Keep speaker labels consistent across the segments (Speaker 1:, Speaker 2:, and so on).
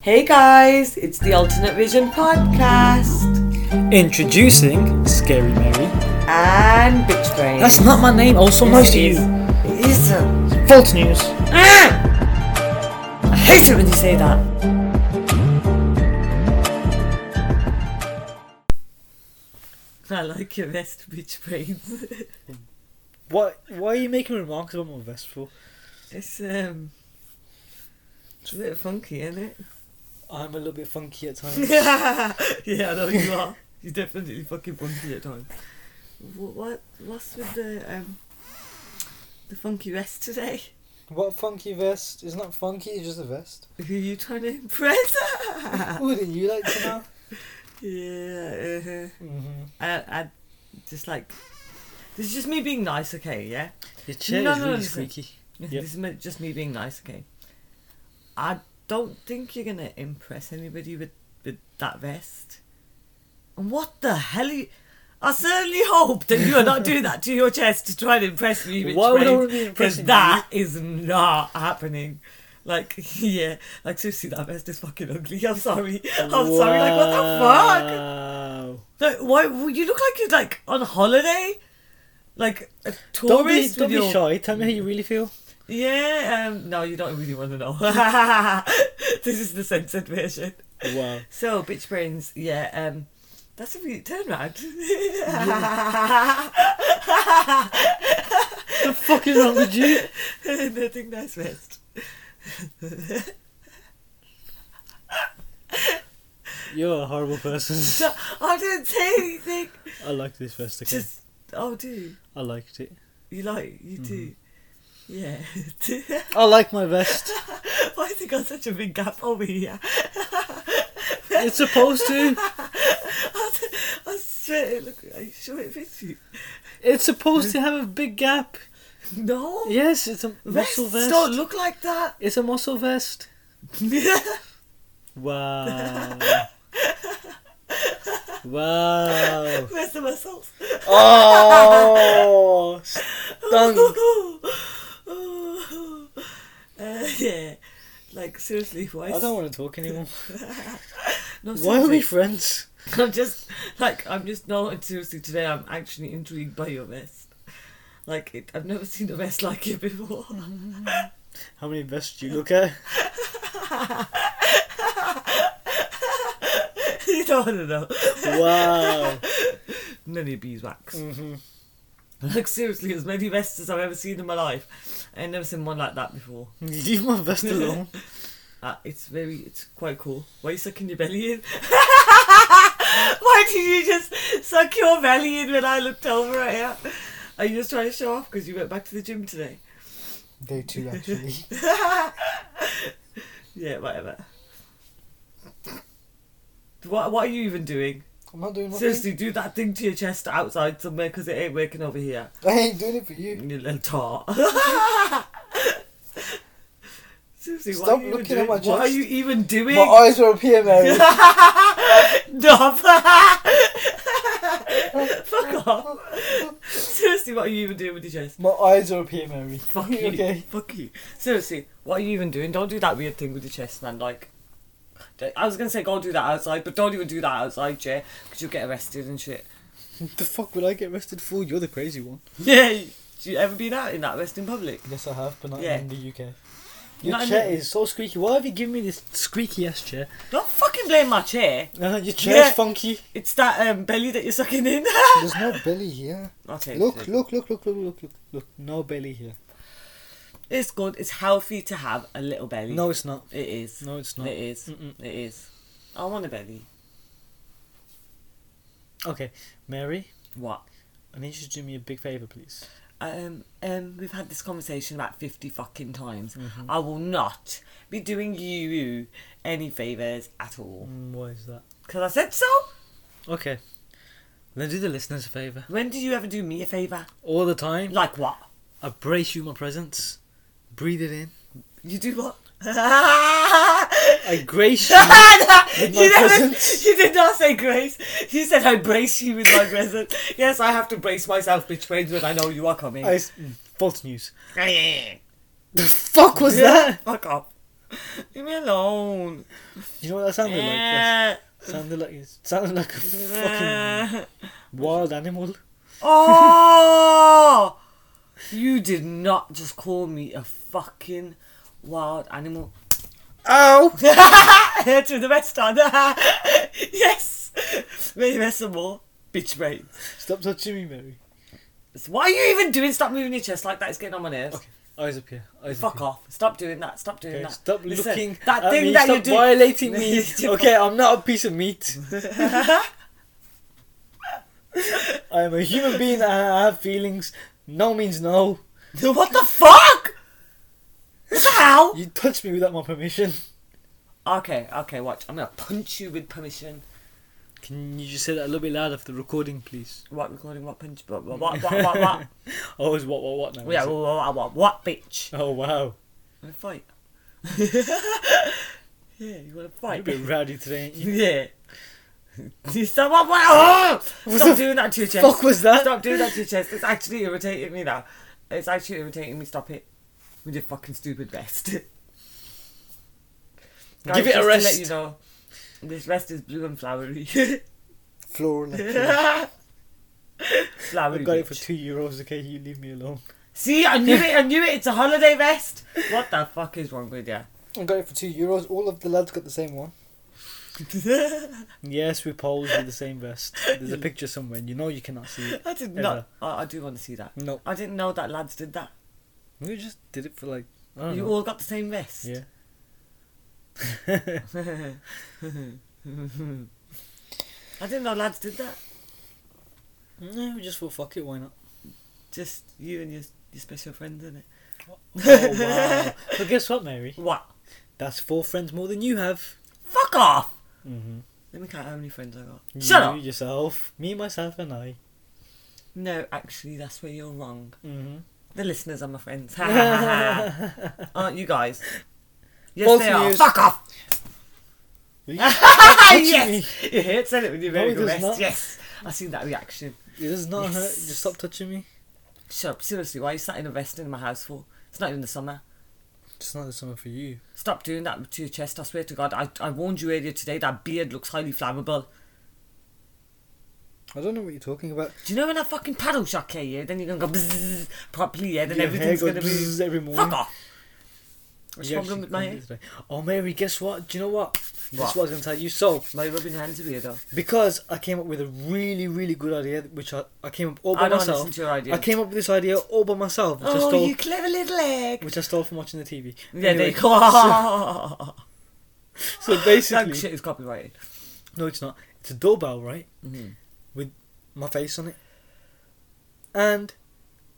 Speaker 1: Hey guys, it's the Alternate Vision Podcast
Speaker 2: Introducing Scary Mary.
Speaker 1: and Bitch Brain.
Speaker 2: That's not my name, also nice to you.
Speaker 1: It isn't.
Speaker 2: False news.
Speaker 1: Ah! I hate it when you say that. I like your best bitch brains.
Speaker 2: What? Why are you making remarks about my vest for?
Speaker 1: it's um, it's a bit funky, isn't it?
Speaker 2: I'm a little bit funky at times.
Speaker 1: yeah, I know you are. You're definitely fucking funky at times. What, what what's with the um the funky vest today?
Speaker 2: what funky vest? It's not funky. It's just a vest.
Speaker 1: Who you trying to impress? yeah,
Speaker 2: Wouldn't you like to
Speaker 1: uh-huh.
Speaker 2: know? mm-hmm.
Speaker 1: I I just like this is just me being nice, okay? Yeah,
Speaker 2: Your
Speaker 1: chair No, is no, really listen.
Speaker 2: squeaky. Yep.
Speaker 1: this is me- just me being nice, okay? I don't think you're gonna impress anybody with with that vest. And what the hell? Are you, I certainly hope that you are not doing that to your chest to try and impress me. Rich
Speaker 2: Why would I
Speaker 1: Brains,
Speaker 2: wanna be
Speaker 1: 'cause
Speaker 2: impressing
Speaker 1: that is not happening. Like yeah, like seriously, that vest is fucking ugly. I'm sorry. I'm
Speaker 2: Oh,
Speaker 1: sorry. Like what the fuck?
Speaker 2: fuck?
Speaker 1: Like, why well, you look like you're like on holiday, like a
Speaker 2: Don't be,
Speaker 1: tourist.
Speaker 2: don't
Speaker 1: with
Speaker 2: be
Speaker 1: your...
Speaker 2: shy. Tell me how you really feel.
Speaker 1: Yeah. Um. No, you don't really want to know. this is the censored version.
Speaker 2: Wow.
Speaker 1: So, bitch brains. Yeah. Um. That's a really turn round.
Speaker 2: the fuck is wrong with you?
Speaker 1: Nothing nice rest.
Speaker 2: You're a horrible person.
Speaker 1: So, I didn't say anything.
Speaker 2: I like this vest. Okay.
Speaker 1: Just oh, do you?
Speaker 2: I liked it.
Speaker 1: you like you do? Yeah.
Speaker 2: I like my vest.
Speaker 1: Why has it got such a big gap over here?
Speaker 2: it's supposed to.
Speaker 1: I s- I swear, it look, are you sure it fits you?
Speaker 2: It's supposed to have a big gap.
Speaker 1: No.
Speaker 2: Yes, it's a
Speaker 1: Vests
Speaker 2: muscle vest.
Speaker 1: don't look like that.
Speaker 2: It's a muscle vest. Wow. wow.
Speaker 1: Where's the muscles?
Speaker 2: Oh. Stung.
Speaker 1: Oh. Uh, yeah. Like seriously, why?
Speaker 2: I don't want to talk anymore.
Speaker 1: No,
Speaker 2: Why are we
Speaker 1: seriously.
Speaker 2: friends?
Speaker 1: I'm just like I'm just no. Seriously, today I'm actually intrigued by your vest. Like it, I've never seen a vest like it before.
Speaker 2: Mm-hmm. How many vests do you look at?
Speaker 1: you don't know.
Speaker 2: Wow.
Speaker 1: Many beeswax.
Speaker 2: hmm
Speaker 1: Like seriously, as many vests as I've ever seen in my life. I ain't never seen one like that before.
Speaker 2: Leave my vest alone.
Speaker 1: Uh, it's very, it's quite cool. Why are you sucking your belly in? Why did you just suck your belly in when I looked over at you? Are you just trying to show off because you went back to the gym today?
Speaker 2: They too, actually.
Speaker 1: Yeah, whatever. What, what are you even doing?
Speaker 2: I'm not doing
Speaker 1: Seriously, do that thing to your chest outside somewhere because it ain't working over here.
Speaker 2: I ain't doing it for you.
Speaker 1: You little tart. Seriously, what
Speaker 2: Stop
Speaker 1: are you even
Speaker 2: looking at
Speaker 1: doing?
Speaker 2: my
Speaker 1: What are
Speaker 2: chest.
Speaker 1: you even doing?
Speaker 2: My eyes are up here, Mary.
Speaker 1: Stop. Fuck off. Seriously, what are you even doing with your chest?
Speaker 2: My eyes are up here, Mary.
Speaker 1: Fuck you.
Speaker 2: Okay.
Speaker 1: Fuck you. Seriously, what are you even doing? Don't do that weird thing with your chest, man. Like, I was gonna say go do that outside, but don't even do that outside, Jay, because you'll get arrested and shit.
Speaker 2: The fuck would I get arrested for? You're the crazy one.
Speaker 1: Yeah. You ever been out in that rest in public?
Speaker 2: Yes, I have, but not
Speaker 1: Yeah.
Speaker 2: in the UK.
Speaker 1: You're
Speaker 2: Your
Speaker 1: not in
Speaker 2: chair
Speaker 1: the-
Speaker 2: is so squeaky. Why have you given me this squeaky ass chair?
Speaker 1: Don't fucking blame my chair.
Speaker 2: Uh, your
Speaker 1: Yeah.
Speaker 2: funky.
Speaker 1: It's that um, belly that you're sucking in.
Speaker 2: There's no belly here.
Speaker 1: I'll take
Speaker 2: Look,
Speaker 1: it.
Speaker 2: look, look, look, look, look, look, look. No belly here.
Speaker 1: It's good. It's healthy to have a little belly.
Speaker 2: No, it's not.
Speaker 1: It is.
Speaker 2: No, it's not.
Speaker 1: It is.
Speaker 2: Mm-mm.
Speaker 1: It is. I want a belly.
Speaker 2: Okay, Mary,
Speaker 1: What?
Speaker 2: I need you to do me a big favour, please.
Speaker 1: Um, um, we've had this conversation about 50 fucking times.
Speaker 2: Mm-hmm.
Speaker 1: I will not be doing you any favours at all.
Speaker 2: Mm, why is that?
Speaker 1: Because I said so.
Speaker 2: Okay. Then do the listeners a favour.
Speaker 1: When did you ever do me a favour?
Speaker 2: All the time,
Speaker 1: Like what?
Speaker 2: I brace you with my presence. Breathe it in.
Speaker 1: You do what?
Speaker 2: I grace you.
Speaker 1: you,
Speaker 2: With my
Speaker 1: never,
Speaker 2: presence.
Speaker 1: you did not say grace. You said I brace you with my presence. Yes, I have to brace myself, bitch brains, when I know you are
Speaker 2: mm,
Speaker 1: coming.
Speaker 2: I s- false news. The fuck was that?
Speaker 1: Fuck off. Leave me alone.
Speaker 2: You know what that sounded like?
Speaker 1: Yeah.
Speaker 2: That sounded like it sounded like a fucking
Speaker 1: Yeah.
Speaker 2: wild animal.
Speaker 1: Oh! you did not just call me a fucking wild animal.
Speaker 2: Ow!
Speaker 1: to the best on. yes! Maybe there's some more. Bitch brain.
Speaker 2: Stop touching me, Mary.
Speaker 1: Why are you even doing? Stop moving your chest like that. It's getting on my nerves.
Speaker 2: Okay, eyes up here. Eyes up
Speaker 1: Fuck
Speaker 2: here.
Speaker 1: off. Stop doing that. Stop doing
Speaker 2: Okay,
Speaker 1: that.
Speaker 2: stop
Speaker 1: Listen,
Speaker 2: looking
Speaker 1: That
Speaker 2: at
Speaker 1: thing
Speaker 2: me.
Speaker 1: that
Speaker 2: stop
Speaker 1: you do.
Speaker 2: violating me.
Speaker 1: You-
Speaker 2: okay, I'm not a piece of meat. I am a human being and I have feelings. No means no.
Speaker 1: What the fuck? How?
Speaker 2: You touched me without my permission.
Speaker 1: Okay, okay, watch. I'm gonna punch you with permission.
Speaker 2: Can you just say that a little bit louder after recording, please?
Speaker 1: What recording? What punch? What? What? What? What? What? what?
Speaker 2: Oh, it's what, what, what now?
Speaker 1: yeah.
Speaker 2: is it?
Speaker 1: What? What? What? What? Bitch.
Speaker 2: Oh, wow.
Speaker 1: Wanna fight? yeah, you wanna
Speaker 2: You're a
Speaker 1: fight?
Speaker 2: bit rowdy today, ain't you?
Speaker 1: yeah. Stop, what- what- oh! Stop doing that to your chest.
Speaker 2: fuck was that?
Speaker 1: Stop doing that to your chest. It's actually irritating me now. It's actually irritating me. Stop it. With your fucking stupid vest. Guys,
Speaker 2: Give it
Speaker 1: just
Speaker 2: a
Speaker 1: to
Speaker 2: rest.
Speaker 1: let you know, this vest is blue and flowery.
Speaker 2: Floral. I
Speaker 1: flowery.
Speaker 2: got it for
Speaker 1: bitch.
Speaker 2: two euros, okay? You leave me alone.
Speaker 1: See, I knew it. I knew it. It's a holiday vest. What the fuck is wrong with you?
Speaker 2: I got it for two euros. All of the lads got the same one. Yes, we posed with the same vest. There's a picture somewhere. You know you cannot see it.
Speaker 1: I did
Speaker 2: Ever.
Speaker 1: not. I, I do want to see that.
Speaker 2: No.
Speaker 1: I didn't know that lads did that.
Speaker 2: We just did it for like. I don't
Speaker 1: You
Speaker 2: know.
Speaker 1: all got the same vest.
Speaker 2: Uh-huh. Yeah.
Speaker 1: I didn't know lads did that.
Speaker 2: no, we just thought fuck it, why not?
Speaker 1: Just you and your your special friend, didn't it?
Speaker 2: Oh, wow. but guess what, Mary?
Speaker 1: What?
Speaker 2: That's four friends more than you have.
Speaker 1: Fuck off!
Speaker 2: Mm-hmm.
Speaker 1: Let me count how many friends I got.
Speaker 2: You,
Speaker 1: Shut up!
Speaker 2: yourself, me, myself, and I.
Speaker 1: No, actually, that's where you're wrong.
Speaker 2: Mm-hmm.
Speaker 1: The listeners are my friends. Ha, ha, ha, ha. Aren't you guys? Yes,
Speaker 2: False
Speaker 1: they are.
Speaker 2: news.
Speaker 1: Fuck off! yes! You hate said it with your
Speaker 2: No,
Speaker 1: very
Speaker 2: it
Speaker 1: good
Speaker 2: does
Speaker 1: best.
Speaker 2: not.
Speaker 1: Yes! I seen that reaction.
Speaker 2: It does not
Speaker 1: Yes.
Speaker 2: hurt. Just stop touching me.
Speaker 1: Shut up. Seriously, why are you sat in a vest in my house for? It's not even the summer.
Speaker 2: It's not the summer for you.
Speaker 1: Stop doing that to your chest. I swear to God, I, I warned you earlier today that beard looks highly flammable.
Speaker 2: I don't know what you're talking about.
Speaker 1: Do you know when I fucking paddle shock here, yeah? Then you're gonna go bzzz properly, yeah? Then
Speaker 2: Your hair
Speaker 1: everything's
Speaker 2: goes
Speaker 1: gonna be.
Speaker 2: bzzz every morning.
Speaker 1: Fuck off! What's the
Speaker 2: You
Speaker 1: problem
Speaker 2: actually
Speaker 1: with my
Speaker 2: can't
Speaker 1: hair?
Speaker 2: do it today. Oh, Mary, guess what? Do you know what? This
Speaker 1: What?
Speaker 2: is what I was going to tell you. So,
Speaker 1: My rubbing your hands are weird, though.
Speaker 2: because I came up with a really, really good idea, which I, I came up all by
Speaker 1: I don't
Speaker 2: myself.
Speaker 1: listen to your idea.
Speaker 2: I came up with this idea all by myself, which, I
Speaker 1: Oh,
Speaker 2: stole,
Speaker 1: you clever little egg!
Speaker 2: which I stole from watching the TV.
Speaker 1: Yeah, there
Speaker 2: Anyway,
Speaker 1: you go.
Speaker 2: So, so
Speaker 1: That
Speaker 2: basically,
Speaker 1: shit is copyrighted.
Speaker 2: no, it's not. It's a doorbell, right?
Speaker 1: Mhm.
Speaker 2: With my face on it. And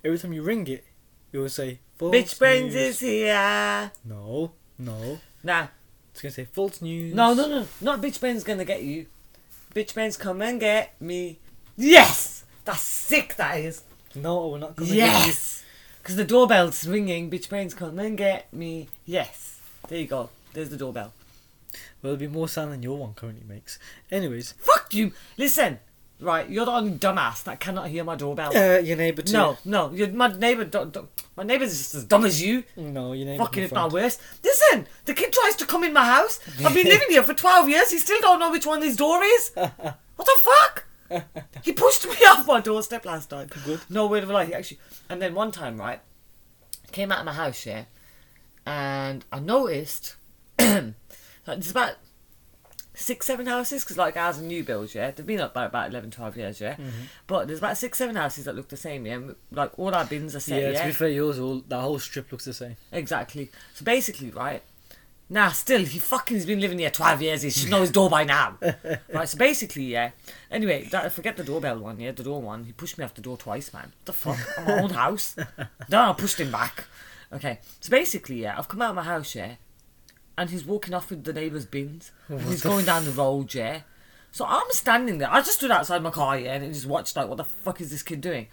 Speaker 2: every time you ring it, it will say, false
Speaker 1: Bitch Brains is
Speaker 2: news.
Speaker 1: here!
Speaker 2: No, no.
Speaker 1: Nah.
Speaker 2: It's going to say false news.
Speaker 1: No, no, no. Not Bitch Brains gonna get you. Bitch Brains come and get me. Yes! That's sick, that is.
Speaker 2: No, I will not come and get you.
Speaker 1: Yes! Because the doorbell's ringing. Bitch Brains come and get me. Yes. There you go. There's the doorbell.
Speaker 2: Well, it'll be more sound than your one currently makes. Anyways,
Speaker 1: Fuck you. Listen. Right, you're the only dumbass that cannot hear my doorbell.
Speaker 2: uh, your neighbour too.
Speaker 1: No, no, you're, my neighbour, don't, don't, my neighbour's just as dumb as you.
Speaker 2: No, your neighbour.
Speaker 1: Fucking if not worse. Listen, the kid tries to come in my house. I've been living here for 12 years. He still don't know which one his door is. What the fuck? He pushed me off my doorstep last time.
Speaker 2: Good.
Speaker 1: No word of a lie. He actually. And then one time, right, came out of my house, yeah, and I noticed like, there's about six, seven houses, because like ours are new builds, yeah. They've been up by about 11, 12 years, yeah.
Speaker 2: Mm-hmm.
Speaker 1: But there's about six, seven houses that look the same, yeah. and, Like all our bins are set,
Speaker 2: Yeah,
Speaker 1: yeah.
Speaker 2: to be fair, yours all that whole strip looks the same.
Speaker 1: Exactly. So basically, right. Nah, still, he fucking's been living here 12 years. He should know his door by now. right, so basically, yeah. Anyway, that, forget the doorbell one, yeah, the door one. He pushed me off the door twice, man. What the fuck? I'm my own house. Then I pushed him back. Okay, so basically, yeah, I've come out of my house, yeah, and he's walking off with the neighbour's bins. And he's going down the road, yeah. So I'm standing there. I just stood outside my car, yeah, and just watched, like, what the fuck is this kid doing?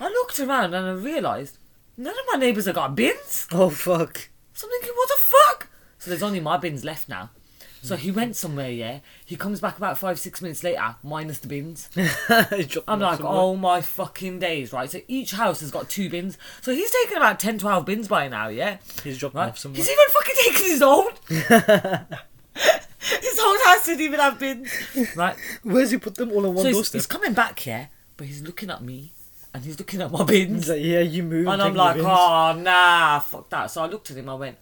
Speaker 1: I looked around and I realised none of my neighbours have got bins.
Speaker 2: Oh fuck!
Speaker 1: So I'm thinking, what the fuck? So there's only my bins left now. So he went somewhere, yeah. He comes back about five, six minutes later, minus the bins. I'm like, oh my fucking days, right? So each house has got two bins. So he's taken about 10, 12 bins by now, yeah?
Speaker 2: He's dropping
Speaker 1: Right?
Speaker 2: off somewhere.
Speaker 1: He's even fucking taking his own. his whole house didn't even have bins. Right?
Speaker 2: Where's he put them all on one
Speaker 1: so he's,
Speaker 2: doorstep?
Speaker 1: he's coming back here, but he's looking at me and he's looking at my bins.
Speaker 2: He's like, yeah, you move.
Speaker 1: And I'm
Speaker 2: take your
Speaker 1: like,
Speaker 2: bins.
Speaker 1: oh nah, fuck that. So I looked at him, I went,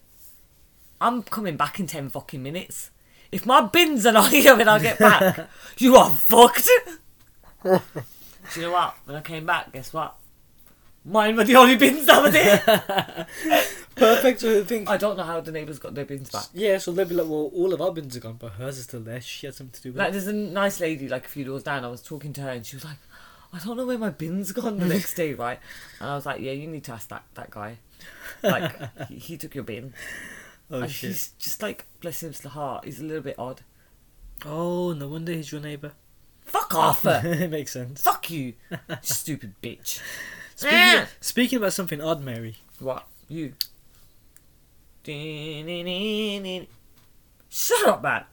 Speaker 1: I'm coming back in ten fucking minutes. If my bins are not here when I get back, you are fucked. Do you know what? When I came back, guess what? Mine were the only bins that were there.
Speaker 2: perfect for the thing.
Speaker 1: I don't know how the neighbours got their bins back.
Speaker 2: Yeah, so they'll be like, well, all of our bins are gone, but hers is still there. She has something to do with
Speaker 1: Like
Speaker 2: it.
Speaker 1: there's a nice lady like a few doors down. I was talking to her and she was like, I don't know where my bin's gone the next day, right? And I was like, yeah, you need to ask that that guy. Like he, he took your bin.
Speaker 2: Oh
Speaker 1: and
Speaker 2: shit!
Speaker 1: he's just like, bless him to the heart, he's a little bit odd.
Speaker 2: Oh, no wonder he's your neighbour.
Speaker 1: Fuck Arthur!
Speaker 2: it makes sense.
Speaker 1: Fuck you! Stupid bitch.
Speaker 2: Speaking, speaking about something odd, Mary.
Speaker 1: What? You. Shut up, man!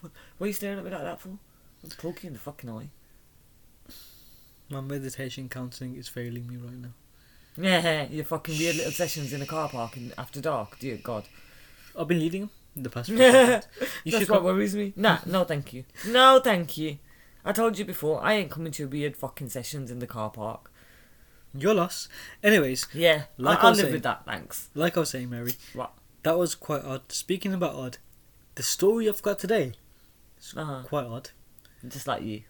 Speaker 1: What are you staring at me like that for? I'm poking in the fucking eye.
Speaker 2: My meditation counselling is failing me right now.
Speaker 1: Yeah, your fucking weird little sessions in a car park and after dark, dear god.
Speaker 2: I've been leading him the past. few
Speaker 1: That's
Speaker 2: seconds. you should
Speaker 1: what
Speaker 2: come.
Speaker 1: worries me. Nah, no thank you. No thank you. I told you before, I ain't coming to your weird fucking sessions in the car park.
Speaker 2: Your loss. Anyways,
Speaker 1: Yeah,
Speaker 2: Like
Speaker 1: I,
Speaker 2: I
Speaker 1: I'll
Speaker 2: was
Speaker 1: live
Speaker 2: saying-
Speaker 1: with that, thanks.
Speaker 2: like I was saying, Mary,
Speaker 1: What?
Speaker 2: that was quite odd. Speaking about odd, the story I've got today is
Speaker 1: Uh-huh.
Speaker 2: quite odd.
Speaker 1: Just like you.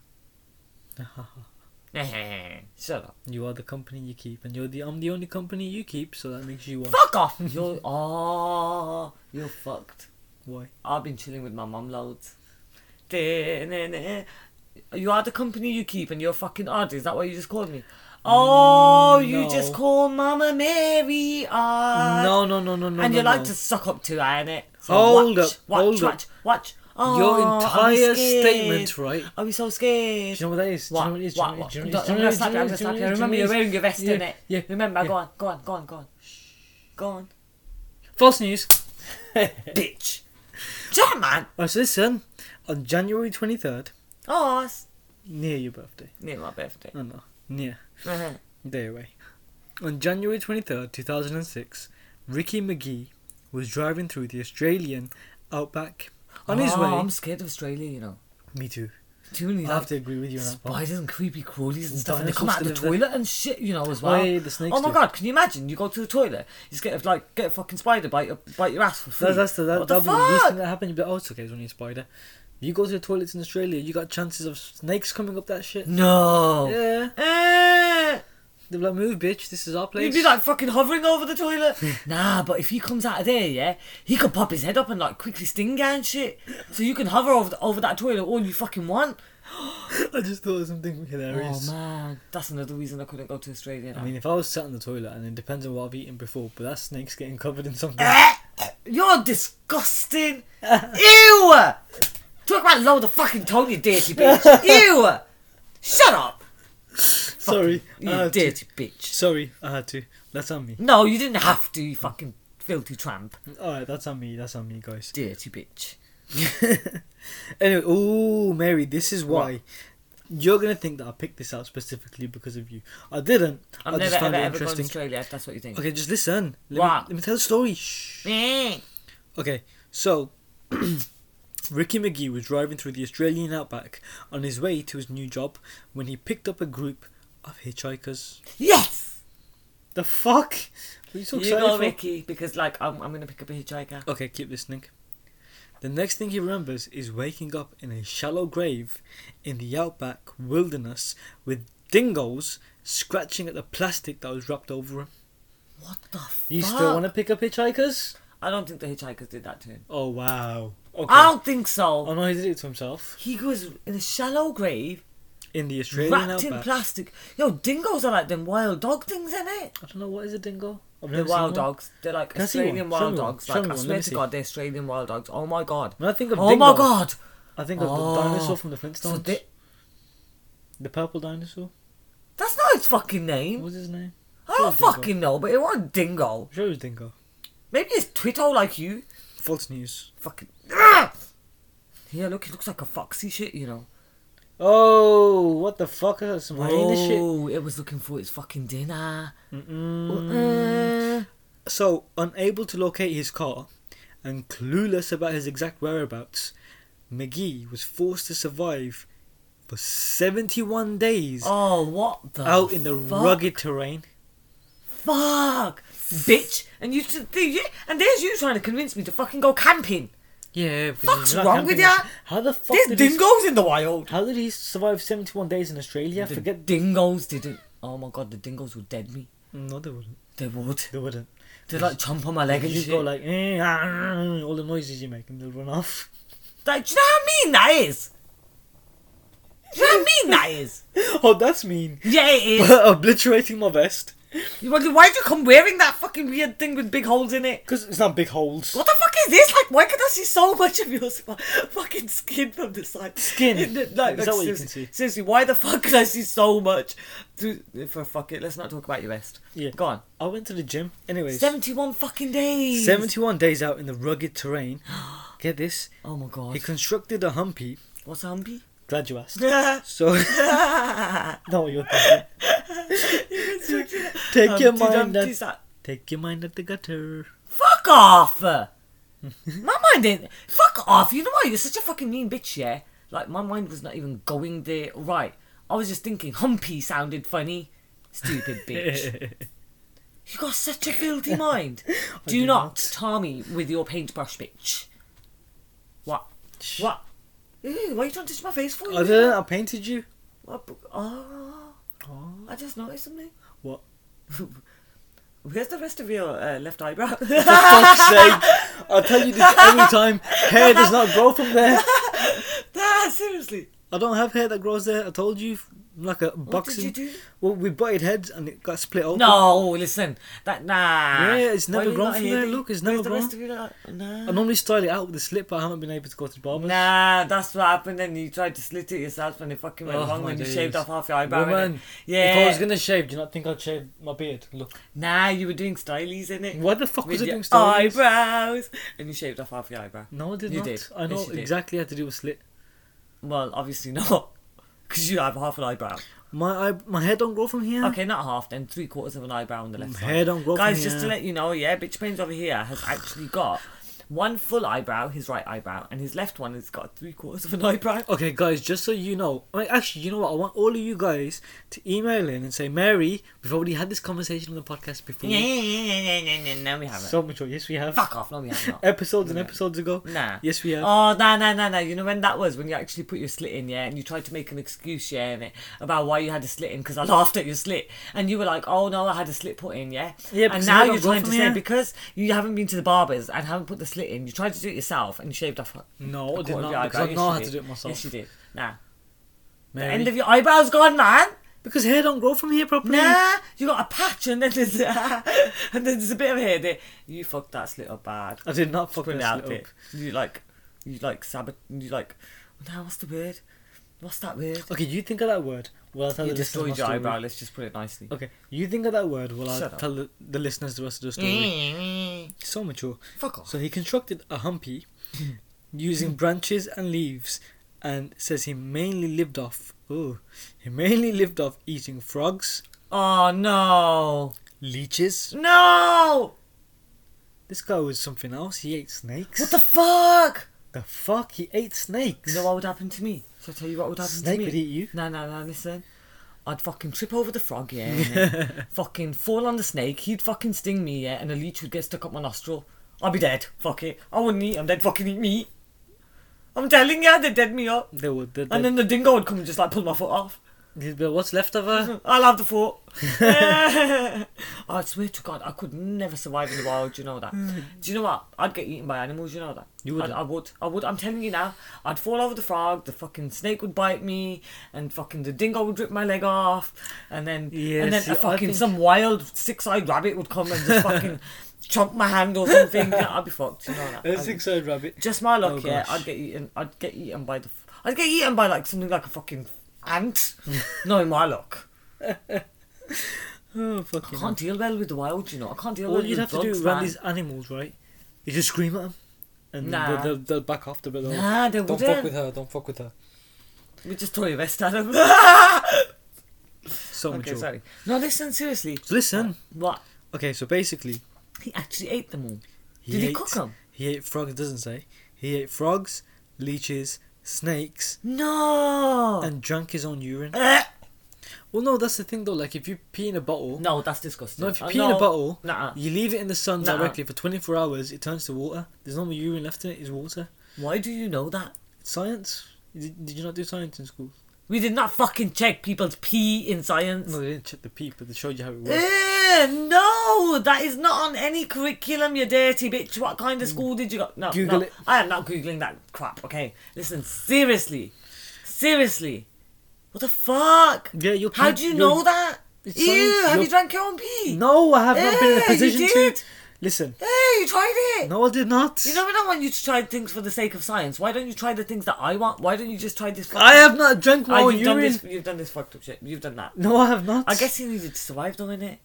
Speaker 1: Shut up.
Speaker 2: You are the company you keep, and you're the I'm the only company you keep, so that makes you one.
Speaker 1: Fuck off! You're oh, you're fucked.
Speaker 2: Why?
Speaker 1: I've been chilling with my mum loads. You are the company you keep, and you're fucking odd. Is that what you just called me? Oh, you
Speaker 2: no.
Speaker 1: just call Mama Mary odd.
Speaker 2: No, no, no, no, no.
Speaker 1: and you
Speaker 2: no,
Speaker 1: like
Speaker 2: no.
Speaker 1: to suck up to that, innit? So
Speaker 2: Hold
Speaker 1: watch,
Speaker 2: up,
Speaker 1: watch,
Speaker 2: hold up.
Speaker 1: watch, watch. Oh,
Speaker 2: Your
Speaker 1: I'll be
Speaker 2: entire
Speaker 1: scared.
Speaker 2: statement, right?
Speaker 1: I'll be so scared.
Speaker 2: Do you know what that is? Do you know
Speaker 1: What?
Speaker 2: what it is? Do you know
Speaker 1: What?
Speaker 2: what
Speaker 1: What?
Speaker 2: it is?
Speaker 1: I'm
Speaker 2: Do you know what it is?
Speaker 1: gonna
Speaker 2: Do you know
Speaker 1: slap you. I'm
Speaker 2: what
Speaker 1: gonna
Speaker 2: it is? Do you
Speaker 1: slap you.
Speaker 2: know what it is?
Speaker 1: Remember, you're
Speaker 2: Do you know what it
Speaker 1: wearing your
Speaker 2: is?
Speaker 1: vest in
Speaker 2: Yeah,
Speaker 1: it.
Speaker 2: yeah,
Speaker 1: Remember,
Speaker 2: yeah.
Speaker 1: go on, go on, go on, go on. Go on,
Speaker 2: False news.
Speaker 1: bitch. Jam man.
Speaker 2: Oh, so listen, on January 23rd,
Speaker 1: Oh, it's
Speaker 2: near your birthday.
Speaker 1: near my birthday.
Speaker 2: Oh no, near.
Speaker 1: Uh-huh.
Speaker 2: Day away. On January 23rd, 2006, Ricky McGee was driving through the Australian outback on his
Speaker 1: Oh,
Speaker 2: way.
Speaker 1: I'm scared of Australia. You know,
Speaker 2: Me too.
Speaker 1: too many
Speaker 2: I have
Speaker 1: like,
Speaker 2: to agree with you on that. part.
Speaker 1: spiders and creepy crawlies and stuff, and they come
Speaker 2: dinosaurs
Speaker 1: out of the
Speaker 2: still live
Speaker 1: toilet and shit. You know, as well.
Speaker 2: yeah, yeah, the snakes
Speaker 1: oh my
Speaker 2: do.
Speaker 1: god, can you imagine? You go to the toilet, you just get a, like get a fucking spider bite your bite your ass for free.
Speaker 2: That, that's the, that,
Speaker 1: what the
Speaker 2: that'll be the least
Speaker 1: fuck?
Speaker 2: thing that happened. You'll be like, oh, it's okay, it's only a spider. You go to the toilets in Australia, you got chances of snakes coming up that shit.
Speaker 1: No.
Speaker 2: Yeah.
Speaker 1: Eh.
Speaker 2: They'll be like, move, bitch, this is our place.
Speaker 1: He'd be like fucking hovering over the toilet. nah, but if he comes out of there, yeah, he could pop his head up and like quickly sting you and shit. So you can hover over the, over that toilet all you fucking want.
Speaker 2: I just thought of something hilarious.
Speaker 1: Oh man, that's another reason I couldn't go to Australia.
Speaker 2: I mean, if I was sat in the toilet, and it depends on what I've eaten before, but that snake's getting covered in something.
Speaker 1: Ah, You're disgusting. Ew. Talk about load of fucking Tony, dirty bitch. Ew. Shut up.
Speaker 2: Sorry, I
Speaker 1: You
Speaker 2: had to.
Speaker 1: dirty bitch.
Speaker 2: Sorry, I had to. That's on me.
Speaker 1: No, you didn't have to. You fucking filthy tramp.
Speaker 2: Alright, that's on me. That's on me, guys.
Speaker 1: Dirty bitch.
Speaker 2: anyway, oh, Mary, this is why. You're gonna think that I picked this out specifically because of you. I didn't.
Speaker 1: I've
Speaker 2: I
Speaker 1: never
Speaker 2: just found
Speaker 1: ever,
Speaker 2: it
Speaker 1: ever gone to
Speaker 2: interesting.
Speaker 1: Australia. If that's what you think.
Speaker 2: Okay, just listen. Let,
Speaker 1: What?
Speaker 2: Me, let me tell the story. Shh.
Speaker 1: Eh.
Speaker 2: Okay, so Ricky McGee was driving through the Australian outback on his way to his new job when he picked up a group of hitchhikers.
Speaker 1: Yes.
Speaker 2: The fuck? What are you so
Speaker 1: You
Speaker 2: excited
Speaker 1: go,
Speaker 2: for?
Speaker 1: Ricky, because like I'm, I'm gonna pick up a hitchhiker.
Speaker 2: Okay, keep listening. The next thing he remembers is waking up in a shallow grave in the outback wilderness with dingoes scratching at the plastic that was wrapped over him.
Speaker 1: What the fuck?
Speaker 2: You still want to pick up hitchhikers?
Speaker 1: I don't think the hitchhikers did that to him.
Speaker 2: Oh wow. Okay.
Speaker 1: I don't think so.
Speaker 2: Oh no, he did it to himself
Speaker 1: he was in a shallow grave,
Speaker 2: in the Australian
Speaker 1: wrapped in
Speaker 2: outback.
Speaker 1: plastic. Yo, dingoes are like them wild dog things, in it?
Speaker 2: I don't know what is a dingo. I've
Speaker 1: They're
Speaker 2: never seen
Speaker 1: wild
Speaker 2: one.
Speaker 1: dogs. They're like
Speaker 2: Can I see one?
Speaker 1: Australian
Speaker 2: Show
Speaker 1: wild
Speaker 2: me one.
Speaker 1: dogs.
Speaker 2: Show
Speaker 1: Like
Speaker 2: me
Speaker 1: I
Speaker 2: one. Let
Speaker 1: swear
Speaker 2: me
Speaker 1: to
Speaker 2: see.
Speaker 1: God, they're Australian wild dogs. Oh my God.
Speaker 2: When I think of
Speaker 1: oh
Speaker 2: dingo,
Speaker 1: my God.
Speaker 2: I think of
Speaker 1: Oh.
Speaker 2: the dinosaur from the Flintstones.
Speaker 1: So they-
Speaker 2: The purple dinosaur.
Speaker 1: That's not its fucking
Speaker 2: What
Speaker 1: name.
Speaker 2: was his name?
Speaker 1: I don't
Speaker 2: Sure, dingo.
Speaker 1: fucking know, but it was dingo.
Speaker 2: I'm sure it was dingo.
Speaker 1: Maybe it's Twitto like you.
Speaker 2: False news.
Speaker 1: Fucking. Ah! Yeah, look, he looks like a foxy shit, you know.
Speaker 2: Oh, what the fuck? That's some hyena shit.
Speaker 1: Oh, it was looking for its fucking dinner.
Speaker 2: Mm.
Speaker 1: Uh,
Speaker 2: So, unable to locate his car and clueless about his exact whereabouts, McGee was forced to survive for 71 days
Speaker 1: Oh, what the
Speaker 2: out in the
Speaker 1: fuck?
Speaker 2: rugged terrain.
Speaker 1: fuck, bitch! And you, should- the- and there's you trying to convince me to fucking go camping.
Speaker 2: Yeah,
Speaker 1: Fuck's wrong with ya?
Speaker 2: How the fuck
Speaker 1: There's
Speaker 2: did he,
Speaker 1: dingoes in the wild.
Speaker 2: How did he survive 71 days in Australia?
Speaker 1: The
Speaker 2: Forget.
Speaker 1: dingoes didn't. Oh my god, the dingoes would dead me.
Speaker 2: No, they wouldn't.
Speaker 1: They would.
Speaker 2: They wouldn't.
Speaker 1: They'd like jump on my
Speaker 2: They
Speaker 1: leg
Speaker 2: could
Speaker 1: and
Speaker 2: just
Speaker 1: shit.
Speaker 2: go like, eh, ah, all the noises you make, and they'll run off.
Speaker 1: Like, do you know how mean that is? Do you know how mean that is?
Speaker 2: oh, that's mean.
Speaker 1: Yeah, it is.
Speaker 2: Obliterating my vest.
Speaker 1: You wonder Why'd you come wearing that fucking weird thing with big holes in it?
Speaker 2: Because it's not big holes.
Speaker 1: What the fuck is this? Like, why can I see so much of your sp- fucking skin from the side?
Speaker 2: Skin?
Speaker 1: It- it- like, like,
Speaker 2: Is that what you can
Speaker 1: seriously-
Speaker 2: see?
Speaker 1: Seriously, why the fuck can I see so much? Dude, for fuck it, let's not talk about your vest.
Speaker 2: Yeah.
Speaker 1: Go on.
Speaker 2: I went to the gym. Anyways,
Speaker 1: 71 fucking days.
Speaker 2: 71 days out in the rugged terrain. Get this.
Speaker 1: Oh my god.
Speaker 2: He constructed a humpy.
Speaker 1: What's a humpy?
Speaker 2: Glad you asked.
Speaker 1: Take
Speaker 2: So, not what you're thinking. Take your mind at, Take your mind at the gutter.
Speaker 1: Fuck off! my mind ain't. Fuck off! You know why? You're such a fucking mean bitch, yeah? Like, my mind was not even going there right. I was just thinking Humpy sounded funny. Stupid bitch. you got such a filthy mind. do,
Speaker 2: do
Speaker 1: not,
Speaker 2: not.
Speaker 1: tar me with your paintbrush, bitch. What? What? Ew, why are you trying to touch my face for?
Speaker 2: I didn't. I painted you.
Speaker 1: What? bu- Oh,
Speaker 2: Oh.
Speaker 1: I just noticed something.
Speaker 2: What?
Speaker 1: Where's the rest of your uh, left eyebrow?
Speaker 2: For fuck's sake! I'll tell you this every time. Hair does not grow from there.
Speaker 1: ah, seriously.
Speaker 2: I don't have hair that grows there. I told you, like a
Speaker 1: What
Speaker 2: boxing.
Speaker 1: did you do?
Speaker 2: Well, we butted heads and it got split open.
Speaker 1: No, listen. That nah.
Speaker 2: Yeah, it's
Speaker 1: Why
Speaker 2: never
Speaker 1: are you
Speaker 2: grown
Speaker 1: not
Speaker 2: from
Speaker 1: here?
Speaker 2: there. Look, it's
Speaker 1: Where's
Speaker 2: never
Speaker 1: the
Speaker 2: grown.
Speaker 1: rest of you not-
Speaker 2: I
Speaker 1: Nah.
Speaker 2: normally style it out with a slip, but I haven't been able to go to the barber's.
Speaker 1: Nah, that's what happened. Then you tried to slit it yourself, and it fucking went
Speaker 2: Oh,
Speaker 1: wrong
Speaker 2: my
Speaker 1: when
Speaker 2: days.
Speaker 1: you shaved off half your eyebrow.
Speaker 2: Woman,
Speaker 1: innit? yeah.
Speaker 2: If I was gonna shave, do you not think I'd shave my beard? Look,
Speaker 1: Nah, you were doing stylies in it.
Speaker 2: why the fuck was
Speaker 1: With
Speaker 2: I
Speaker 1: your
Speaker 2: doing stylies?
Speaker 1: eyebrows, and you shaved off half your eyebrow.
Speaker 2: No, I did
Speaker 1: You
Speaker 2: not.
Speaker 1: did.
Speaker 2: I know
Speaker 1: Yes, you did.
Speaker 2: exactly how to do a slit.
Speaker 1: Well, obviously not, because you have half an eyebrow.
Speaker 2: My eye, my hair don't grow from here.
Speaker 1: Okay, not half then, three quarters of an eyebrow on the left
Speaker 2: My
Speaker 1: side.
Speaker 2: hair don't grow
Speaker 1: Guys,
Speaker 2: from
Speaker 1: just to
Speaker 2: here.
Speaker 1: let you know, yeah, Bitch Pains over here has actually got one full eyebrow, his right eyebrow, and his left one has got three quarters of an eyebrow.
Speaker 2: Okay, guys, just so you know, I mean, actually, you know what? I want all of you guys to email in and say, Mary, we've already had this conversation on the podcast before.
Speaker 1: Yeah, yeah, yeah, yeah, yeah, yeah, no, we haven't.
Speaker 2: So much. Yes, we have.
Speaker 1: Fuck off, no, we haven't. no.
Speaker 2: Episodes and episodes ago.
Speaker 1: Nah.
Speaker 2: Yes, we have.
Speaker 1: Oh, no, no, no, no. You know when that was? When you actually put your slit in, yeah, and you tried to make an excuse, yeah, and it, about why you had a slit in, because I laughed at your slit. And you were like, oh, no, I had a slit put in, yeah?
Speaker 2: Yeah,
Speaker 1: And
Speaker 2: because
Speaker 1: now
Speaker 2: I don't
Speaker 1: you're
Speaker 2: go
Speaker 1: trying to
Speaker 2: from
Speaker 1: say,
Speaker 2: here.
Speaker 1: because you haven't been to the barbers and haven't put the slit in, you tried to do it yourself and you shaved off. a
Speaker 2: No,
Speaker 1: quarter
Speaker 2: I did
Speaker 1: of your
Speaker 2: not.
Speaker 1: eyebrow.
Speaker 2: Because I
Speaker 1: Yes,
Speaker 2: know
Speaker 1: you
Speaker 2: how
Speaker 1: did.
Speaker 2: to do it myself.
Speaker 1: Yes, you did. Nah. The
Speaker 2: Mary.
Speaker 1: end of your eyebrow's gone, man.
Speaker 2: Because hair don't grow from here properly.
Speaker 1: Nah, you got a patch and then there's and then there's a bit of hair there. You fucked that slit up bad.
Speaker 2: I did not fucking
Speaker 1: Put out
Speaker 2: up.
Speaker 1: it. You like, you like sabot. You like, now what's the word? What's that word?
Speaker 2: Okay, you think of that word. Well, I'll tell
Speaker 1: You
Speaker 2: the listeners my
Speaker 1: destroyed your
Speaker 2: story.
Speaker 1: eyebrow. Let's just put it nicely.
Speaker 2: Okay, you think of that word. Well, I'll
Speaker 1: Shut up. Mm.
Speaker 2: tell the, the listeners the rest of the story. So mature.
Speaker 1: Fuck off.
Speaker 2: So he constructed a humpy using branches and leaves, and says he mainly lived off. Oh, he mainly lived off eating frogs,
Speaker 1: Oh no,
Speaker 2: leeches.
Speaker 1: no!
Speaker 2: This guy was something else. He ate snakes.
Speaker 1: What the fuck?
Speaker 2: The fuck? He ate snakes.
Speaker 1: You know what would happen to me? Shall I tell you what would happen
Speaker 2: Snake
Speaker 1: to me?
Speaker 2: would eat you.
Speaker 1: No, no, no, listen. I'd fucking trip over the frog, yeah. and fucking fall on the snake. He'd fucking sting me, yeah, and a leech would get stuck up my nostril. I'd be dead. Fuck it. I wouldn't eat. I'm dead. Fucking eat me. I'm telling you, they'd dead me up.
Speaker 2: They would. They,
Speaker 1: And then the dingo would come and just like pull my foot off.
Speaker 2: he'd be like, what's left of her?
Speaker 1: I'll have the foot. I swear to God, I could never survive in the wild. You know that. Do you know what? I'd get eaten by animals. You know that.
Speaker 2: Hmm. You would.
Speaker 1: I'd, I would. I would. I'm telling you now. I'd fall over the frog. The fucking snake would bite me, and fucking the dingo would rip my leg off, and then
Speaker 2: Yeah,
Speaker 1: and then
Speaker 2: see,
Speaker 1: a
Speaker 2: I
Speaker 1: fucking
Speaker 2: think-
Speaker 1: some wild six-eyed rabbit would come and just fucking chomp my hand or something. Yeah, I'd be fucked. You know that. I'd-
Speaker 2: six-eyed rabbit.
Speaker 1: just my luck,
Speaker 2: Oh,
Speaker 1: yeah.
Speaker 2: gosh.
Speaker 1: I'd get eaten. I'd get eaten by the. f- I'd get eaten by like something like a fucking ant. no, my luck.
Speaker 2: Oh,
Speaker 1: I
Speaker 2: fucking.
Speaker 1: can't deal well with the wild, you know. I can't deal
Speaker 2: All
Speaker 1: well
Speaker 2: you'd
Speaker 1: with
Speaker 2: have to
Speaker 1: dogs,
Speaker 2: do
Speaker 1: man.
Speaker 2: around these animals, right? You just scream at them. and
Speaker 1: Nah.
Speaker 2: they'll, they'll, they'll back off the bit. They'll-
Speaker 1: Nah, they
Speaker 2: don't fuck
Speaker 1: wouldn't.
Speaker 2: with her. Don't fuck with her.
Speaker 1: We just tore your vest out of
Speaker 2: So
Speaker 1: Okay,
Speaker 2: mature.
Speaker 1: sorry. No, listen, seriously.
Speaker 2: So listen.
Speaker 1: What?
Speaker 2: Okay, so basically,
Speaker 1: He actually ate them all.
Speaker 2: he
Speaker 1: Did
Speaker 2: ate,
Speaker 1: he cook them?
Speaker 2: He ate frogs. It doesn't say. He ate frogs, leeches, snakes,
Speaker 1: No.
Speaker 2: and drank his own urine.
Speaker 1: Eh.
Speaker 2: Well, no, that's the thing though. Like, if you pee in a bottle,
Speaker 1: no, that's disgusting.
Speaker 2: No, if you
Speaker 1: Uh,
Speaker 2: pee in a bottle,
Speaker 1: Nah.
Speaker 2: you leave it in the sun
Speaker 1: Nuh-uh.
Speaker 2: directly for 24 hours, it turns to water. There's no more urine left in it, it's water.
Speaker 1: Why do you know that?
Speaker 2: It's science. Did, did you not do science in school?
Speaker 1: We did not fucking check people's pee in science.
Speaker 2: No, they didn't check the pee, but they showed you how it works.
Speaker 1: Eh, no, that is not on any curriculum, you dirty bitch. What kind of school did you go? No,
Speaker 2: Google
Speaker 1: no,
Speaker 2: it.
Speaker 1: I am not googling that crap. Okay, listen, seriously, seriously, what the fuck?
Speaker 2: Yeah, your
Speaker 1: How
Speaker 2: pee-
Speaker 1: do you
Speaker 2: your-
Speaker 1: know that?
Speaker 2: It's
Speaker 1: Ew,
Speaker 2: science.
Speaker 1: have
Speaker 2: Your-
Speaker 1: you drank your own pee?
Speaker 2: No, I have not been in a
Speaker 1: Eh, you
Speaker 2: position to.
Speaker 1: did.
Speaker 2: Listen,
Speaker 1: Hey, you tried it.
Speaker 2: no, I did not.
Speaker 1: You know we don't want you to try things for the sake of science. Why don't you try the things that I want? Why don't you just try this?
Speaker 2: I have not drank my
Speaker 1: Oh,
Speaker 2: own
Speaker 1: you've done
Speaker 2: urine.
Speaker 1: this. You've done this fucked up shit. You've done that.
Speaker 2: No, I have not.
Speaker 1: I guess he needed to survive, though, innit?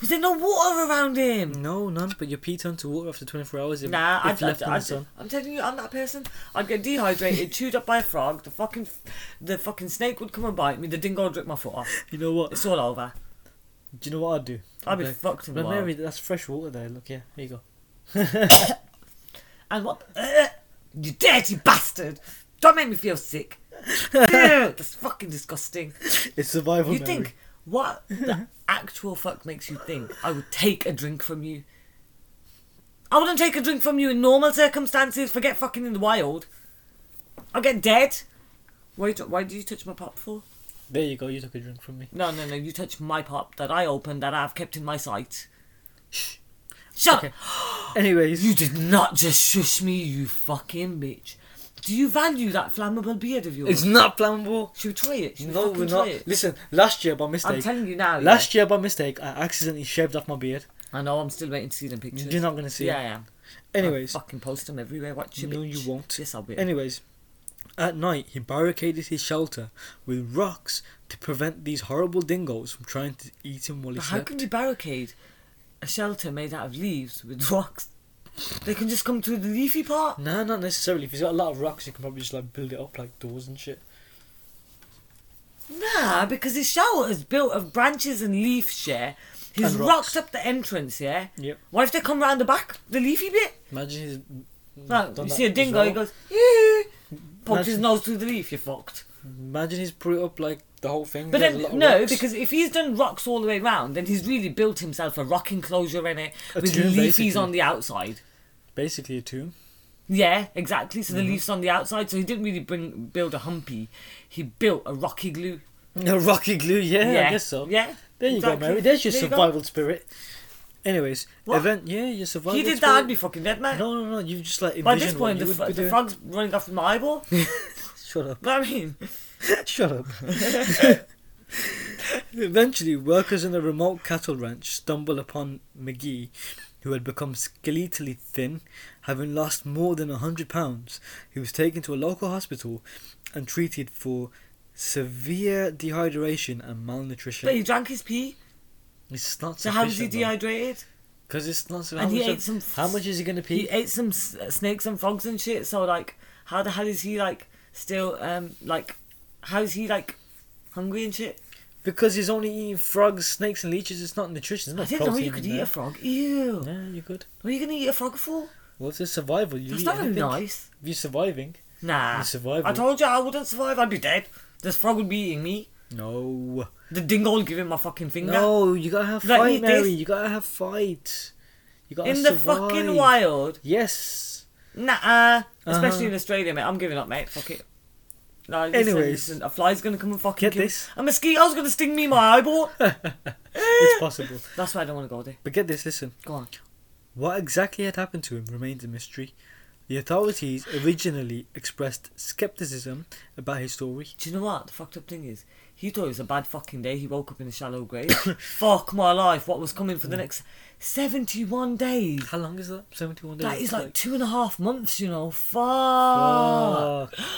Speaker 1: Was there no water around him?
Speaker 2: No, none, but your pee turned to water after 24 hours if,
Speaker 1: Nah,
Speaker 2: if
Speaker 1: I'd,
Speaker 2: left
Speaker 1: I'd,
Speaker 2: in
Speaker 1: I'd,
Speaker 2: the sun.
Speaker 1: I'm telling you, I'm that person. I'd get dehydrated, chewed up by a frog. The fucking, the fucking snake would come and bite me. The dingo would rip my foot off.
Speaker 2: You know what?
Speaker 1: It's all over.
Speaker 2: Do you know what I'd do?
Speaker 1: I'd be
Speaker 2: Okay.
Speaker 1: fucked in the
Speaker 2: But
Speaker 1: wild.
Speaker 2: Mary, that's fresh water there. Look, yeah, here you go.
Speaker 1: And what? Uh, you dirty bastard! Don't make me feel sick. Ew, That's fucking disgusting.
Speaker 2: It's survival.
Speaker 1: You
Speaker 2: Mary.
Speaker 1: think what the actual fuck makes you think I would take a drink from you? I wouldn't take a drink from you in normal circumstances. Forget fucking in the wild. I'll get dead. Why? you t- Why do you touch my pop for?
Speaker 2: There you go. You took a drink from me.
Speaker 1: No, no, no. You touched my pop that I opened that I've kept in my sight. Shh. Shut
Speaker 2: Okay.
Speaker 1: up.
Speaker 2: Anyways,
Speaker 1: You did not just shush me, you fucking bitch. Do you value that flammable beard of yours?
Speaker 2: It's not flammable.
Speaker 1: Should we try it? Should we
Speaker 2: No,
Speaker 1: fucking
Speaker 2: we're
Speaker 1: try
Speaker 2: not.
Speaker 1: It?
Speaker 2: Listen, last year by
Speaker 1: I'm
Speaker 2: mistake.
Speaker 1: telling you now. yeah.
Speaker 2: Last year by mistake, I accidentally shaved off my beard.
Speaker 1: I know. I'm still waiting to see them pictures.
Speaker 2: You're not gonna see.
Speaker 1: Yeah,
Speaker 2: It.
Speaker 1: I am.
Speaker 2: Anyways,
Speaker 1: I'll fucking post them everywhere. Watch you.
Speaker 2: no,
Speaker 1: bitch.
Speaker 2: you won't.
Speaker 1: Yes, I will.
Speaker 2: Anyways, at night he barricaded his shelter with rocks to prevent these horrible dingoes from trying to eat him while he
Speaker 1: but how
Speaker 2: slept.
Speaker 1: can you barricade a shelter made out of leaves with rocks? They can just come through the leafy part.
Speaker 2: Nah, not necessarily. If he's got a lot of rocks, you can probably just like build it up like doors and shit.
Speaker 1: Nah, because his shelter is built of branches and leaf share. He's
Speaker 2: And
Speaker 1: rocked
Speaker 2: rocks.
Speaker 1: up the entrance, yeah?
Speaker 2: Yep.
Speaker 1: What if they come round the back, the leafy bit?
Speaker 2: Imagine he's.
Speaker 1: Like,
Speaker 2: done
Speaker 1: you
Speaker 2: that
Speaker 1: see a
Speaker 2: as
Speaker 1: dingo, he
Speaker 2: well.
Speaker 1: goes, "Yee!" pokes
Speaker 2: Imagine-
Speaker 1: his nose through the leaf, you're fucked.
Speaker 2: Imagine he's put it up like the whole thing.
Speaker 1: But
Speaker 2: like,
Speaker 1: then,
Speaker 2: a lot of
Speaker 1: no,
Speaker 2: rocks.
Speaker 1: because if he's done rocks all the way round, then he's really built himself a rock enclosure in it
Speaker 2: A
Speaker 1: with
Speaker 2: tomb,
Speaker 1: leafies
Speaker 2: basically.
Speaker 1: on the outside.
Speaker 2: basically a tomb.
Speaker 1: Yeah, exactly.
Speaker 2: Mm-hmm.
Speaker 1: So the leaves on the outside. So he didn't really bring build a humpy. He built a rocky glue.
Speaker 2: A rocky glue. Yeah, I guess so.
Speaker 1: Yeah.
Speaker 2: There you
Speaker 1: exactly.
Speaker 2: go, Mary. There's your
Speaker 1: There you go.
Speaker 2: survival spirit. Anyways,
Speaker 1: What?
Speaker 2: event. Yeah, your survival.
Speaker 1: He did
Speaker 2: spirit.
Speaker 1: that. I'd be fucking dead, man.
Speaker 2: No, no, no. You just like.
Speaker 1: By
Speaker 2: envision
Speaker 1: this point,
Speaker 2: what
Speaker 1: the,
Speaker 2: you would be
Speaker 1: f- the
Speaker 2: doing.
Speaker 1: frog's running off my eyeball. You
Speaker 2: Shut up!
Speaker 1: know what I mean,
Speaker 2: Shut up! Eventually, workers in a remote cattle ranch stumble upon McGee, who had become skeletally thin, having lost more than hundred pounds. He was taken to a local hospital and treated for severe dehydration and malnutrition.
Speaker 1: but he drank his pee.
Speaker 2: it's not
Speaker 1: So how was he
Speaker 2: sufficient, though.
Speaker 1: dehydrated?
Speaker 2: Because it's not. So
Speaker 1: And
Speaker 2: how
Speaker 1: he
Speaker 2: much
Speaker 1: ate
Speaker 2: of-
Speaker 1: some-
Speaker 2: How much is he gonna pee?
Speaker 1: He ate some s- uh, snakes and frogs and shit. So like, how the hell is he like still um like, how is he like hungry and shit?
Speaker 2: Because he's only eating frogs, snakes, and leeches. It's not nutritious. It's
Speaker 1: I
Speaker 2: not
Speaker 1: didn't know
Speaker 2: protein
Speaker 1: you could
Speaker 2: in
Speaker 1: eat
Speaker 2: there.
Speaker 1: a frog. Ew.
Speaker 2: Yeah, you could.
Speaker 1: What are you gonna eat a frog for?
Speaker 2: Well, if it's survival, you
Speaker 1: That's
Speaker 2: eat
Speaker 1: not very
Speaker 2: anything.
Speaker 1: nice.
Speaker 2: If you're surviving,
Speaker 1: Nah.
Speaker 2: you survive.
Speaker 1: Ah. I told you I wouldn't survive. I'd be dead. This frog would be eating me.
Speaker 2: no,
Speaker 1: The dingo will give him my fucking finger.
Speaker 2: no, you gotta have
Speaker 1: Like,
Speaker 2: fight,
Speaker 1: eat this.
Speaker 2: Mary. You gotta have fight. You gotta
Speaker 1: in the
Speaker 2: survive.
Speaker 1: fucking wild.
Speaker 2: Yes.
Speaker 1: Nah. uh,
Speaker 2: Uh-huh.
Speaker 1: Especially in Australia, mate. I'm giving up, mate. Fuck it. No, listen,
Speaker 2: Anyways.
Speaker 1: listen, a fly's gonna come and fucking
Speaker 2: Get
Speaker 1: kill
Speaker 2: this.
Speaker 1: Me. A mosquito's gonna sting me in my eyeball.
Speaker 2: It's possible.
Speaker 1: That's why I don't want to go there.
Speaker 2: But get this. Listen,
Speaker 1: Go on.
Speaker 2: what exactly had happened to him remains a mystery. The authorities originally expressed skepticism about his story.
Speaker 1: Do you know what the fucked up thing is? He thought it was a bad fucking day. He woke up in a shallow grave. Fuck my life. What was coming for the next seventy-one days?
Speaker 2: How long is that? Seventy-one days.
Speaker 1: That is like
Speaker 2: Like-
Speaker 1: two and a half months, you know. Fuck.
Speaker 2: Fuck.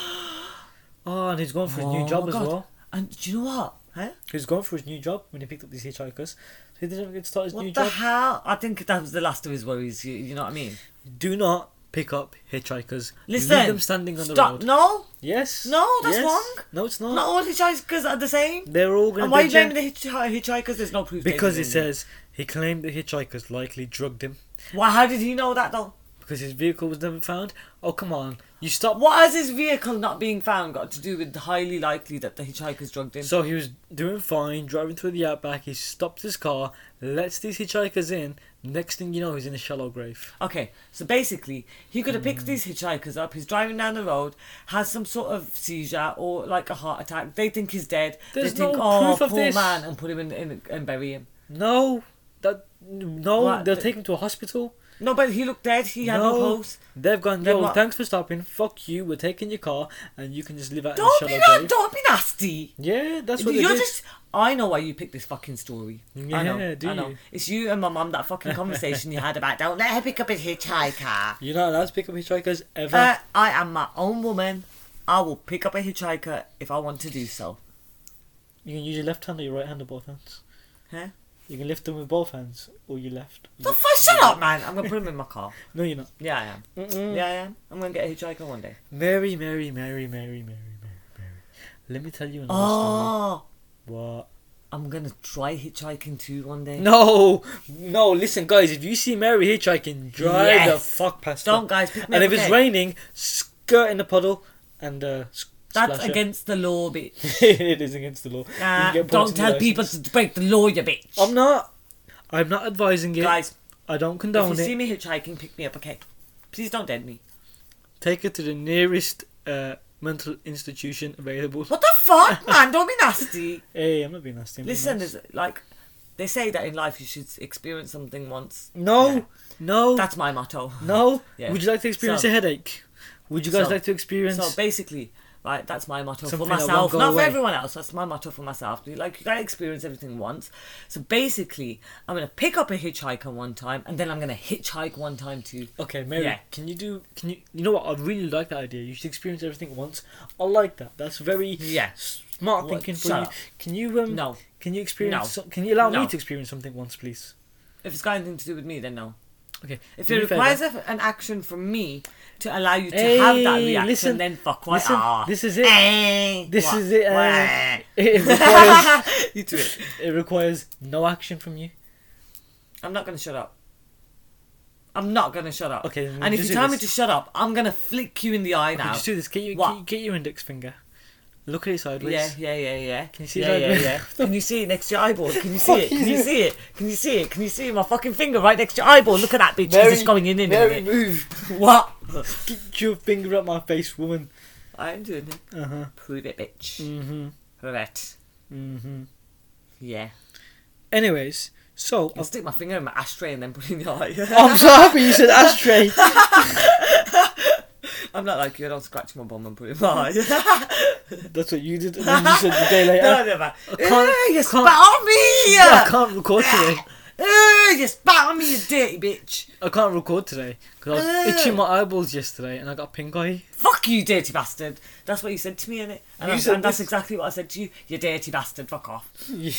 Speaker 2: Oh, and he's gone for his new
Speaker 1: Oh
Speaker 2: job
Speaker 1: my
Speaker 2: as
Speaker 1: God.
Speaker 2: well.
Speaker 1: And do you know what? Huh?
Speaker 2: He was going for his new job when he picked up these hitchhikers. So he didn't get to start his
Speaker 1: What
Speaker 2: new
Speaker 1: the
Speaker 2: job.
Speaker 1: hell? I think that was the last of his worries. You, you know what I mean?
Speaker 2: Do not pick up hitchhikers.
Speaker 1: Listen,
Speaker 2: leave them standing on the
Speaker 1: Stop.
Speaker 2: road.
Speaker 1: No,
Speaker 2: Yes.
Speaker 1: No, that's
Speaker 2: yes.
Speaker 1: wrong.
Speaker 2: No, it's not.
Speaker 1: not all hitchhikers are the same.
Speaker 2: They're all going
Speaker 1: And why are
Speaker 2: to
Speaker 1: you blaming the hitch- hitchhikers? There's no proof. they
Speaker 2: because
Speaker 1: did
Speaker 2: it
Speaker 1: it.
Speaker 2: says he claimed the hitchhikers likely drugged him
Speaker 1: Why? How did he know that though?
Speaker 2: because his vehicle was never found. Oh come on, you stop.
Speaker 1: What has his vehicle not being found got to do with the highly likely that the hitchhikers drugged him?
Speaker 2: So he was doing fine, driving through the outback. He stops his car, lets these hitchhikers in. Next thing you know, he's in a shallow grave.
Speaker 1: Okay, so basically, he could have picked these hitchhikers up. He's driving down the road, has some sort of seizure or like a heart attack. They think he's dead.
Speaker 2: There's
Speaker 1: they think,
Speaker 2: no
Speaker 1: oh,
Speaker 2: proof of
Speaker 1: poor
Speaker 2: this."
Speaker 1: man, and put him in, in and bury him.
Speaker 2: No, that no.
Speaker 1: What?
Speaker 2: They'll take him to a hospital.
Speaker 1: No, but he looked dead. He had no
Speaker 2: no,
Speaker 1: pulse.
Speaker 2: they've gone.
Speaker 1: Then
Speaker 2: Yo,
Speaker 1: what?
Speaker 2: thanks for stopping. Fuck you. We're taking your car, and you can just live out
Speaker 1: Don't
Speaker 2: in a
Speaker 1: be
Speaker 2: shallow
Speaker 1: na-
Speaker 2: grave.
Speaker 1: don't be nasty.
Speaker 2: Yeah, that's what they
Speaker 1: You're
Speaker 2: did.
Speaker 1: just. I know why you picked this fucking story. I know.
Speaker 2: Yeah, do
Speaker 1: I know.
Speaker 2: you?
Speaker 1: It's you and my mum that fucking conversation you had about don't let her pick up his hitchhiker.
Speaker 2: You're not allowed to pick up hitchhikers ever.
Speaker 1: Uh, I am my own woman. I will pick up a hitchhiker if I want to do so.
Speaker 2: you can use your left hand or your right hand or both hands.
Speaker 1: Huh?
Speaker 2: You can lift them with both hands or your left.
Speaker 1: The fuck? Shut up, man. I'm gonna put him in my car.
Speaker 2: No, you're not.
Speaker 1: Yeah, I am.
Speaker 2: Mm.
Speaker 1: Yeah, I am. I'm gonna get a hitchhiker one day.
Speaker 2: Mary, Mary, Mary, Mary, Mary, Mary, Mary. Let me tell you another
Speaker 1: Oh,
Speaker 2: story. What?
Speaker 1: I'm gonna try hitchhiking too one day.
Speaker 2: No, no. Listen, guys. If you see Mary hitchhiking, drive the
Speaker 1: Yes.
Speaker 2: fuck past her.
Speaker 1: Don't, guys. Pick me
Speaker 2: And
Speaker 1: up,
Speaker 2: if it's
Speaker 1: okay?
Speaker 2: raining, skirt in the puddle and uh, s-
Speaker 1: that's
Speaker 2: splash
Speaker 1: against the law, bitch.
Speaker 2: It. it is against the law. You
Speaker 1: Nah,
Speaker 2: can get points
Speaker 1: don't
Speaker 2: on your
Speaker 1: tell
Speaker 2: license.
Speaker 1: people to break the law, you bitch.
Speaker 2: I'm not. I'm not advising it.
Speaker 1: Guys,
Speaker 2: I don't condone
Speaker 1: if
Speaker 2: it.
Speaker 1: you see me hitchhiking, pick me up, okay? Please don't dead me.
Speaker 2: Take her to the nearest uh, mental institution available.
Speaker 1: What the fuck, man? Don't be nasty.
Speaker 2: Hey, I'm not being nasty. I'm being
Speaker 1: Listen,
Speaker 2: nice.
Speaker 1: there's like they say that in life you should experience something once.
Speaker 2: no,
Speaker 1: Yeah.
Speaker 2: no,
Speaker 1: That's my motto.
Speaker 2: no.
Speaker 1: Yeah.
Speaker 2: Would you like to experience
Speaker 1: So-
Speaker 2: a headache? Would you guys
Speaker 1: So-
Speaker 2: like to experience?
Speaker 1: So basically, right, that's my motto
Speaker 2: Something
Speaker 1: for
Speaker 2: that won't
Speaker 1: myself,
Speaker 2: go
Speaker 1: not
Speaker 2: away.
Speaker 1: for everyone else. That's my motto for myself. You, Like you gotta experience everything once. So basically, I'm gonna pick up a hitchhiker one time, and then I'm gonna hitchhike one time too.
Speaker 2: okay, Mary,
Speaker 1: Yeah.
Speaker 2: can you do? Can you? You know what? I really like that idea. You should experience everything once. I like that. That's very
Speaker 1: Yeah.
Speaker 2: smart
Speaker 1: What-
Speaker 2: thinking for
Speaker 1: shut
Speaker 2: you.
Speaker 1: up.
Speaker 2: Can you um?
Speaker 1: No.
Speaker 2: Can you experience?
Speaker 1: No.
Speaker 2: some- can you allow me
Speaker 1: No.
Speaker 2: to experience something once, please?
Speaker 1: If it's got anything to do with me, then no.
Speaker 2: Okay.
Speaker 1: If
Speaker 2: do
Speaker 1: it
Speaker 2: me a favour.
Speaker 1: requires a, an action from me to allow you to have that
Speaker 2: Hey,
Speaker 1: reaction,
Speaker 2: listen,
Speaker 1: then fuck why
Speaker 2: listen,
Speaker 1: ah.
Speaker 2: this is it.
Speaker 1: Eh,
Speaker 2: This
Speaker 1: what-
Speaker 2: is it, uh,
Speaker 1: wah.
Speaker 2: it requires
Speaker 1: you do it.
Speaker 2: it requires no action from you.
Speaker 1: I'm not gonna shut up. I'm not gonna shut up.
Speaker 2: Okay, then
Speaker 1: And if
Speaker 2: just
Speaker 1: you
Speaker 2: do
Speaker 1: tell me
Speaker 2: this.
Speaker 1: to shut up, I'm gonna flick you in the eye
Speaker 2: Okay,
Speaker 1: now.
Speaker 2: just do this. Get your
Speaker 1: What?
Speaker 2: Get, your- get your index finger. Look at it sideways.
Speaker 1: Yeah, yeah, yeah, yeah. Can
Speaker 2: you see
Speaker 1: yeah,
Speaker 2: that?
Speaker 1: yeah, yeah. Can you see it next to your eyeball? Can you see
Speaker 2: Fuck
Speaker 1: it? Can
Speaker 2: you.
Speaker 1: you see it? Can you see it? Can you see my fucking finger right next to your eyeball? Look at that bitch. 'cause it's going in in a minute.
Speaker 2: move.
Speaker 1: What?
Speaker 2: Get your finger up my face, woman.
Speaker 1: I'm doing it.
Speaker 2: Uh huh.
Speaker 1: Prove it, bitch.
Speaker 2: Mhm.
Speaker 1: Prove it.
Speaker 2: Mhm.
Speaker 1: Yeah.
Speaker 2: Oh. Anyways, so
Speaker 1: I'll stick my finger in my ashtray and then put it in your eye.
Speaker 2: I'm so happy you said ashtray.
Speaker 1: I'm not like you. I don't scratch my bum and put it in my eye.
Speaker 2: That's what you did. And then you said the day later.
Speaker 1: no, never.
Speaker 2: can't-
Speaker 1: Eh, you
Speaker 2: can't-
Speaker 1: spat on me!
Speaker 2: I can't record today.
Speaker 1: Ugh, you spat on me, you dirty bitch.
Speaker 2: I can't record today because I was itching my eyeballs yesterday and I got pink eye.
Speaker 1: Fuck you, dirty bastard. That's what you said to me, innit? And,
Speaker 2: You
Speaker 1: I,
Speaker 2: said
Speaker 1: and that's
Speaker 2: this-
Speaker 1: exactly what I said to you. You dirty bastard, fuck off.
Speaker 2: You